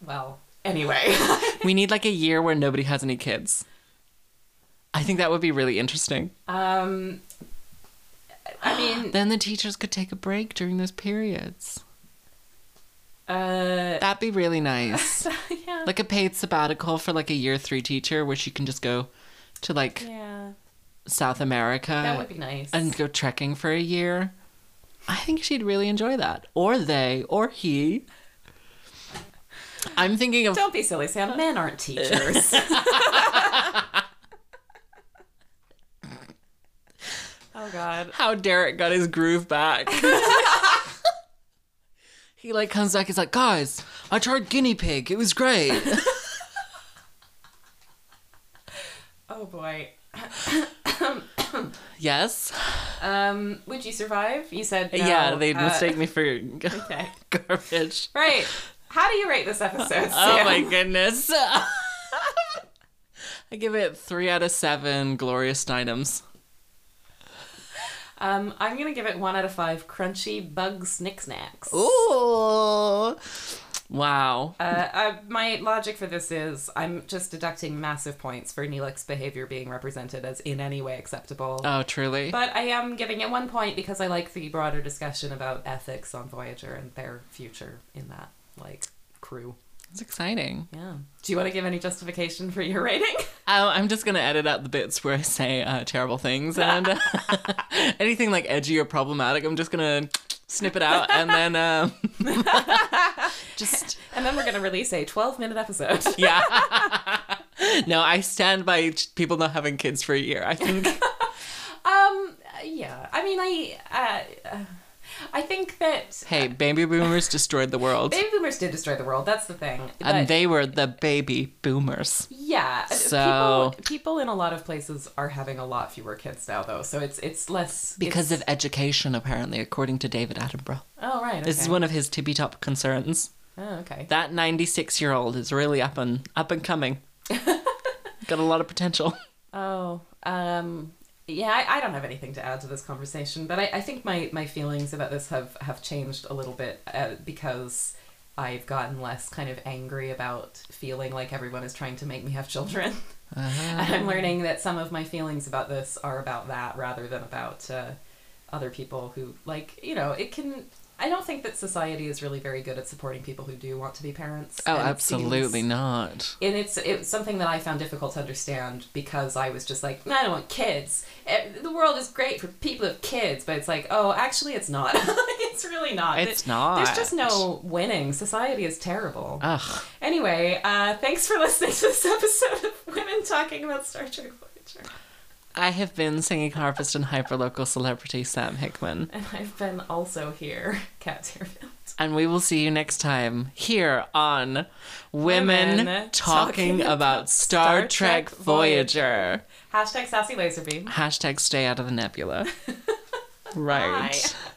Speaker 2: well, anyway,
Speaker 1: We need like a year where nobody has any kids. I think that would be really interesting.
Speaker 2: um, I mean,
Speaker 1: Then the teachers could take a break during those periods.
Speaker 2: uh,
Speaker 1: That'd be really nice.
Speaker 2: yeah,
Speaker 1: like a paid sabbatical for like a year three teacher where she can just go to like
Speaker 2: yeah,
Speaker 1: South America
Speaker 2: that would be nice.
Speaker 1: uh, and go trekking for a year. I think she'd really enjoy that. Or they, or he. I'm thinking of
Speaker 2: don't be silly, Sam. Men aren't teachers. oh God.
Speaker 1: how Derek got his groove back. he like comes back. He's like, guys, I tried guinea pig. It was great.
Speaker 2: Oh boy.
Speaker 1: yes.
Speaker 2: Um, would you survive? You said no.
Speaker 1: yeah, they'd
Speaker 2: Uh,
Speaker 1: mistake me for
Speaker 2: Okay.
Speaker 1: garbage.
Speaker 2: Right. How do you rate this episode?
Speaker 1: Oh
Speaker 2: Sam?
Speaker 1: my goodness. I give it three out of seven glorious Steinem.
Speaker 2: Um, I'm gonna give it one out of five. Crunchy bug snick snacks.
Speaker 1: Ooh. Wow.
Speaker 2: Uh, uh, my logic for this is I'm just deducting massive points for Neelix behavior being represented as in any way acceptable.
Speaker 1: Oh, truly.
Speaker 2: but I am giving it one point because I like the broader discussion about ethics on Voyager and their future in that like crew.
Speaker 1: It's exciting.
Speaker 2: Yeah. Do you want to give any justification for your rating?
Speaker 1: Um, I'm just gonna edit out the bits where I say uh, terrible things and uh, anything like edgy or problematic. I'm just gonna snip it out and then um, just
Speaker 2: and then we're gonna release a 12 minute episode.
Speaker 1: yeah. no, I stand by ch- people not having kids for a year. I think
Speaker 2: Um. Yeah. I mean, I. Uh, uh, I think that
Speaker 1: hey, baby boomers destroyed the world,
Speaker 2: baby boomers did destroy the world. That's the thing.
Speaker 1: and
Speaker 2: But
Speaker 1: they were the baby boomers.
Speaker 2: yeah, uh,
Speaker 1: So-
Speaker 2: people, people in a lot of places are having a lot fewer kids now, though. So it's it's less
Speaker 1: Because
Speaker 2: it's-
Speaker 1: of education, apparently, according to David Attenborough.
Speaker 2: oh right.
Speaker 1: This is
Speaker 2: okay.
Speaker 1: one of his tippy top concerns.
Speaker 2: Oh, okay.
Speaker 1: That 96 year old is really up and up and coming. Got a lot of potential.
Speaker 2: Oh. Um. Yeah, I, I don't have anything to add to this conversation, but I, I think my, my feelings about this have, have changed a little bit uh, because I've gotten less kind of angry about feeling like everyone is trying to make me have children.
Speaker 1: Uh-huh.
Speaker 2: And I'm learning that some of my feelings about this are about that rather than about uh, other people who, like, you know, it can. I don't think that society is really very good at supporting people who do want to be parents.
Speaker 1: Oh,
Speaker 2: and it
Speaker 1: absolutely
Speaker 2: seems-
Speaker 1: not.
Speaker 2: and it's it's something that I found difficult to understand because I was just like, I don't want kids. Eh, The world is great for people who have kids, but it's like, oh, actually, it's not. it's really not.
Speaker 1: It's
Speaker 2: There-
Speaker 1: not.
Speaker 2: There's just no winning. Society is terrible. uh,
Speaker 1: Ugh.
Speaker 2: Anyway, uh, thanks for listening to this episode of Women Talking About Star Trek Voyager.
Speaker 1: I have been singing harvest and hyperlocal celebrity Sam Hickman.
Speaker 2: And I've been also here, Cat Deerfield.
Speaker 1: And we will see you next time here on Women,
Speaker 2: Women
Speaker 1: Talking,
Speaker 2: Talking
Speaker 1: About Star,
Speaker 2: Star
Speaker 1: Trek
Speaker 2: Trek
Speaker 1: Voyager.
Speaker 2: Hashtag sassy laserbeam.
Speaker 1: Hashtag stay out of the nebula. right.
Speaker 2: Bye.